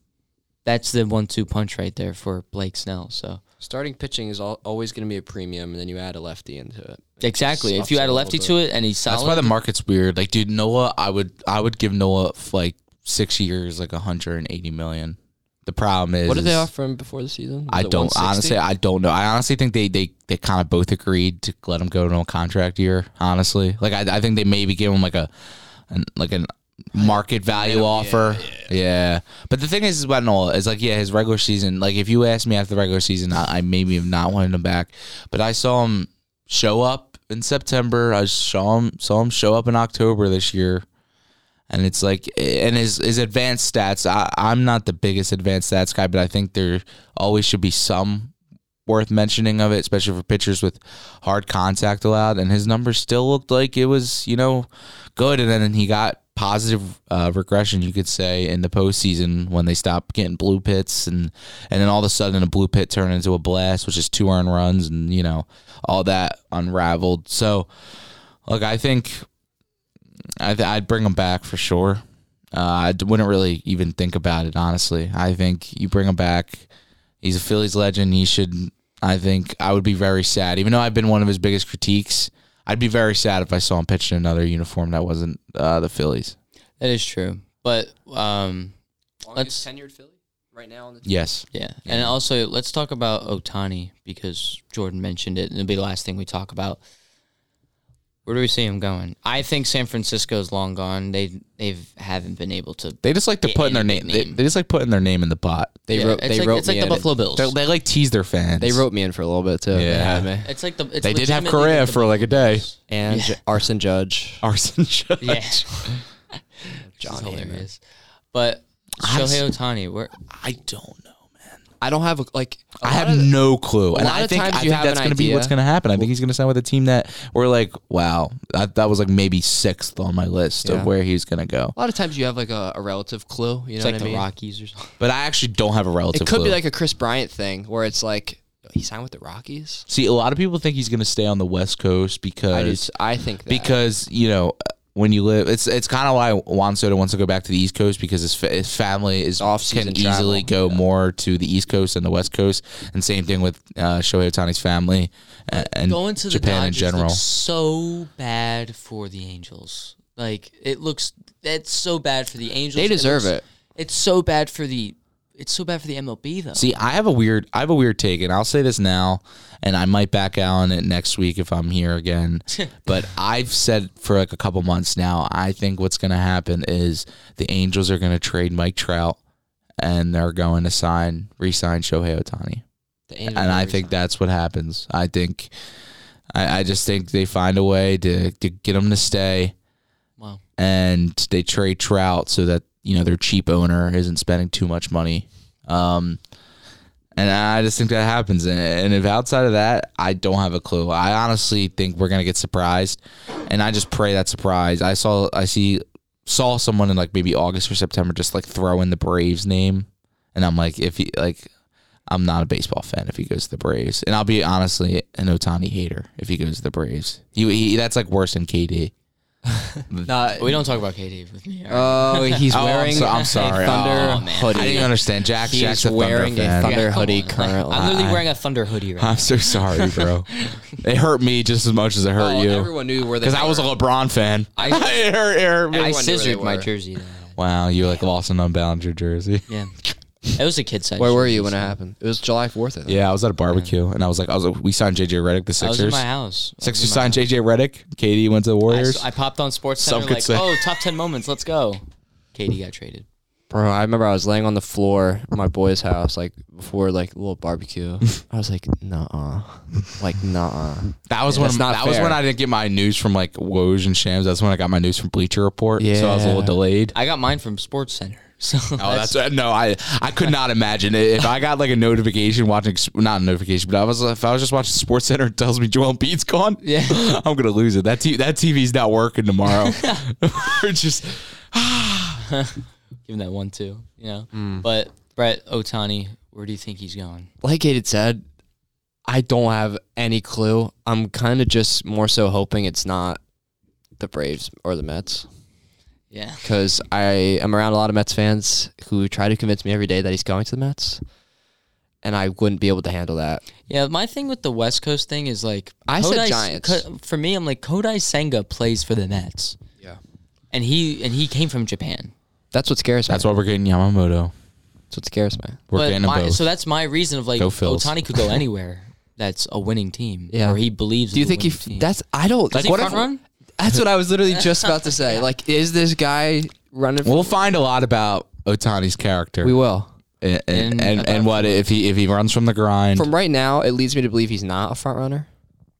S1: That's the one-two punch right there for Blake Snell. So
S2: Starting pitching is al always going to be a premium, and then you add a lefty into it.
S1: exactly, if you add
S2: Sucks
S1: a
S2: a little
S1: lefty
S2: bit.
S1: to it and he's solid,
S3: That's why the market's weird. Like, dude, Noah, I would I would give Noah like six years, like 180 million. The problem is,
S2: What did they
S3: is-
S2: offer him before the season?
S3: I don't honestly. I don't know. I honestly think they they, they kind of both agreed to let him go to a contract year. Honestly, like I, I think they maybe gave him like a, an, like an market value offer. Yeah, But the thing is, is about Nola is like yeah, his regular season. Like if you asked me after the regular season, I, I maybe have not wanted him back. But I saw him show up in September. I saw him saw him show up in October this year. And it's like, and his his advanced stats. I, I'm not the biggest advanced stats guy, but I think there always should be some worth mentioning of it, especially for pitchers with hard contact allowed. And his numbers still looked like it was, you know, good. And then he got positive uh, regression, you could say, in the postseason when they stopped getting blue pits, and and then all of a sudden a blue pit turned into a blast, which is two earned runs, and you know all that unraveled. So, look, I think I th- I'd bring him back for sure. Uh, I d- wouldn't really even think about it, honestly. I think you bring him back. He's a Phillies legend. He should. I think I would be very sad, even though I've been one of his biggest critiques. I'd be very sad if I saw him pitch in another uniform that wasn't uh, the Phillies.
S1: that is true. But um, Longest
S2: tenured Philly right now. On the
S3: Yes,
S1: Yeah. And also, let's talk about Otani because Jordan mentioned it, and it'll be the last thing we talk about. Where do we see him going? I think San Francisco's long gone. They they've haven't been able to.
S3: they just like to
S1: Yeah,
S3: put in their
S1: and a
S3: name.
S1: good
S3: They,
S1: name.
S3: they just like putting their name in the pot.
S2: they
S1: Yeah,
S2: wrote.
S1: it's
S2: They
S1: like,
S2: wrote
S1: it's like
S2: me
S1: the
S2: in.
S1: Buffalo Bills.
S3: They, they like tease their fans.
S2: They wrote me in for a little bit too. They
S3: Yeah.
S2: had me.
S1: It's like the. It's
S3: They did have
S1: legitimately
S3: Correa
S1: like the
S3: for, like, a
S1: Bills.
S2: and
S1: Yeah.
S2: J- Arson Judge,
S3: arson judge.
S1: Yeah, It's
S2: John Heyman.
S1: hilarious. But
S3: Honestly-
S1: Shohei Otani, where
S3: I don't know.
S2: I don't have a, like. a
S3: I
S2: lot
S3: have
S2: of-
S3: no clue, and
S2: lot
S3: I
S2: of
S3: think
S2: times
S3: I
S2: you
S3: think
S2: have
S3: that's
S2: an
S3: going to be
S2: idea.
S3: what's going to happen. I think he's going to sign with a team that we're like, wow, that, that was like maybe sixth on my list
S2: Yeah.
S3: of where he's going to go.
S2: A lot of times you have like a, a relative clue. You know
S1: it's
S2: what
S1: like
S2: I
S1: the
S2: mean?
S1: Rockies or something.
S3: But I actually don't have a relative.
S2: It could
S3: clue.
S2: be like a Chris Bryant thing where it's like he signed with the Rockies.
S3: See, a lot of people think he's going to stay on the West Coast
S2: I do.
S3: because
S2: I think that.
S3: because you know when you live, it's it's kind of why Juan Soto wants to go back to the East Coast because his, fa- his family is
S2: Off-season
S3: can easily go more to the East Coast and the West Coast, and same thing with uh, Shohei Otani's family and, and
S1: Going to the
S3: Japan
S1: Dodgers
S3: in general.
S1: looks so bad for the Angels. Like it looks, that's so bad for the Angels.
S2: they deserve
S1: looks-
S2: it.
S1: It's so bad for the it's so bad for the MLB though.
S3: See, I have a weird, I have a weird take, and I'll say this now, and I might back out on it next week if I'm here again. but I've said for like a couple months now, I think what's going to happen is the Angels are going to trade Mike Trout, and they're going to sign, re-sign Shohei Otani,
S1: The Angels
S3: and I
S1: never
S3: think
S1: sign.
S3: that's what happens. I think, I, I just think they find a way to to get him to stay,
S1: wow.
S3: and they trade Trout so that you know their cheap owner isn't spending too much money. Um, and I just think that happens. And- And if outside of that, I don't have a clue. I honestly think we're gonna get surprised, and I just pray that surprise. I saw I see saw someone in like maybe August or September just like throw in the Braves name, and I'm like, if he like. I'm not a baseball fan if he goes to the Braves, and I'll be honestly an Otani hater if he goes to the Braves. You, he, that's like worse than KD.
S2: Nah,
S1: We don't talk about KD with me. all right?
S2: Oh, he's
S3: Oh, I'm
S2: wearing.
S3: so- I'm
S2: a
S3: sorry.
S2: Thunder
S1: Oh, man.
S2: hoodie.
S3: I didn't understand. Jack,
S2: He's
S3: Jack's a
S2: wearing a
S3: Thunder fan.
S2: Thunder
S1: Yeah, come
S2: hoodie
S1: on.
S2: currently.
S1: I'm literally
S2: I-
S1: wearing a Thunder hoodie right now.
S3: I'm so sorry, bro. it hurt me just as much as it hurt
S2: Oh,
S3: you.
S2: Everyone knew where they
S3: Because I was a
S2: were.
S3: LeBron fan.
S1: I-
S3: it hurt, it hurt me.
S1: I
S2: wonder where they
S1: scissored my
S2: were.
S1: jersey. Though.
S3: wow, you like lost an unbound your jersey.
S1: Yeah, it was a kid size.
S2: Where were
S1: jersey,
S2: you when it
S1: so-
S2: happened? It was July 4th. I think.
S3: Yeah, I was at a barbecue and I was like, I was like, we signed JJ Redick, the
S1: I was in
S3: Sixers.
S1: my house. I was
S3: Sixers
S1: in my
S3: signed JJ Redick. KD went to the
S1: house. I
S3: Warriors.
S1: s- I, popped on Sports
S3: Some
S1: Center
S3: could
S1: like,
S3: say-
S1: oh, top ten moments. Let's go. KD got traded.
S2: Bro, I remember I was laying on the floor at my boy's house, like before, like a little barbecue. I was like, "Nah, like nah."
S3: that was
S2: Yeah,
S3: when
S2: that's not
S3: that was
S2: fair.
S3: when I didn't get my news from like Woj and Shams. That's when I got my news from Bleacher Report. So I was a little
S2: Yeah.
S3: delayed.
S1: I got mine from Sports Center. So
S3: Oh, that's, no. I I could not imagine it. If I got like a notification watching, not a notification, but I was uh, if I was just watching Sports Center, it tells me Joel Embiid's gone.
S1: Yeah.
S3: I'm gonna lose it. That t- that TV's not working tomorrow. We're just
S1: give him that one too. You know,
S3: Hmm.
S1: but Brett Otani, where do you think he's going?
S2: Like Kate had said, I don't have any clue. I'm kind of just more so hoping it's not the Braves or the Mets
S1: Yeah,
S2: because I am around a lot of Mets fans who try to convince me every day that he's going to the Mets, and I wouldn't be able to handle that.
S1: yeah. My thing with the West Coast thing is like
S2: I said
S1: Kodai-
S2: Giants.
S1: Ko- for me, I'm like Kodai Senga plays for the Mets,
S2: Yeah,
S1: and he and he came from Japan.
S2: that's what scares me.
S3: that's why we're getting Yamamoto.
S2: That's what scares me.
S3: We're
S1: But
S3: getting them
S1: my-
S3: both.
S1: So that's my reason of like
S3: Go Phils.
S1: Otani could go anywhere that's a winning team.
S2: Yeah.
S1: Or he believes.
S2: Do you
S1: it's a
S2: think he?
S1: winning
S2: f-
S1: team.
S2: That's I don't.
S1: Does
S2: like,
S1: he
S2: what
S1: front
S2: if-
S1: run?
S2: That's what I was literally just about to say. Like, is this guy running?
S3: we'll find a lot about Otani's character.
S2: we will.
S3: and and,
S1: And
S3: and, and what if he if he runs from the grind?
S2: From right now, it leads me to believe he's not a front runner.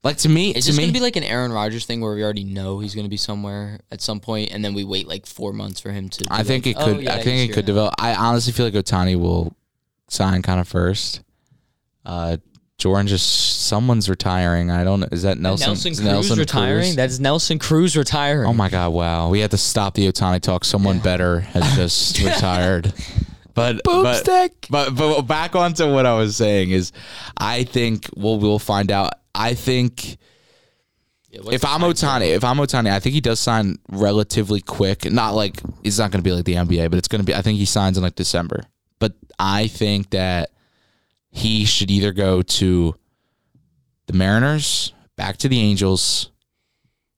S3: like to me,
S1: Is
S3: to
S1: this
S3: me,
S1: gonna be like an Aaron Rodgers thing where we already know he's gonna be somewhere at some point, and then we wait like four months for him to? be
S3: I think
S1: like,
S3: it could.
S1: "Oh, yeah,
S3: I
S1: he's
S3: think it
S1: here
S3: could
S1: now."
S3: develop. I honestly feel like Otani will sign kind of first. Uh, Jordan just someone's retiring. I don't. Is that Nelson?
S1: Nelson
S3: is
S1: Cruz retiring.
S3: Cruz?
S1: That is Nelson Cruz retiring.
S3: oh my God! Wow, we had to stop the Otani talk. Someone better has just retired. But but, but but back onto what I was saying is, I think we'll we'll find out. I think
S1: Yeah, what's
S3: if I'm Otani, if I'm Otani, I think he does sign relatively quick. Not like it's not going to be like the NBA, but it's going to be. I think he signs in like December. But I think that he should either go to the Mariners, back to the Angels,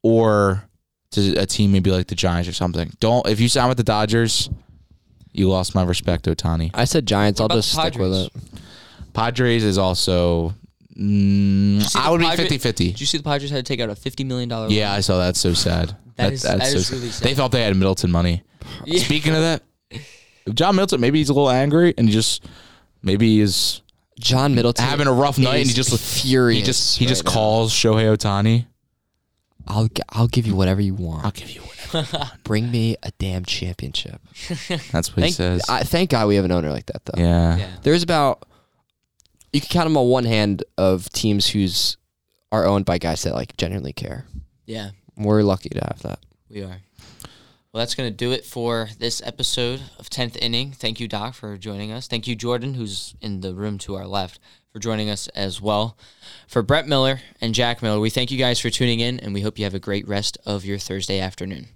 S3: or to a team maybe like the Giants or something. Don't if you sign with the Dodgers, you lost my respect, Otani.
S2: I said Giants. I'll
S1: about
S2: just
S1: the
S2: stick with
S1: Padres?
S2: it.
S3: Padres is also. mm,
S1: see
S3: I
S1: the
S3: would be
S1: Padre-
S3: 50 50.
S1: Did you see the Padres had to take out a fifty million dollar?
S3: Yeah, I saw that's so sad.
S1: That is- that is really sad.
S3: They thought they had Middleton money.
S1: Yeah.
S3: Speaking of that, John Middleton, maybe he's a little angry and he just maybe he is
S2: John Middleton
S3: having a rough night and he
S2: is
S3: just
S2: furious.
S3: he just he
S2: right
S3: just
S2: now.
S3: calls Shohei Otani.
S2: I'll gi- I'll give you whatever you want.
S3: I'll give you whatever.
S2: Bring me a damn championship.
S3: That's what he
S2: Thank,
S3: says.
S2: I, thank God we have an owner like that though.
S3: yeah.
S1: Yeah.
S2: There's about you can count them on one hand of teams who's are owned by guys that like genuinely care.
S1: Yeah.
S2: We're lucky to have that.
S1: We are. Well, that's going to do it for this episode of 10th Inning. Thank you, Doc, for joining us. Thank you, Jordan, who's in the room to our left, for joining us as well. For Brett Miller and Jack Miller, we thank you guys for tuning in, and we hope you have a great rest of your Thursday afternoon.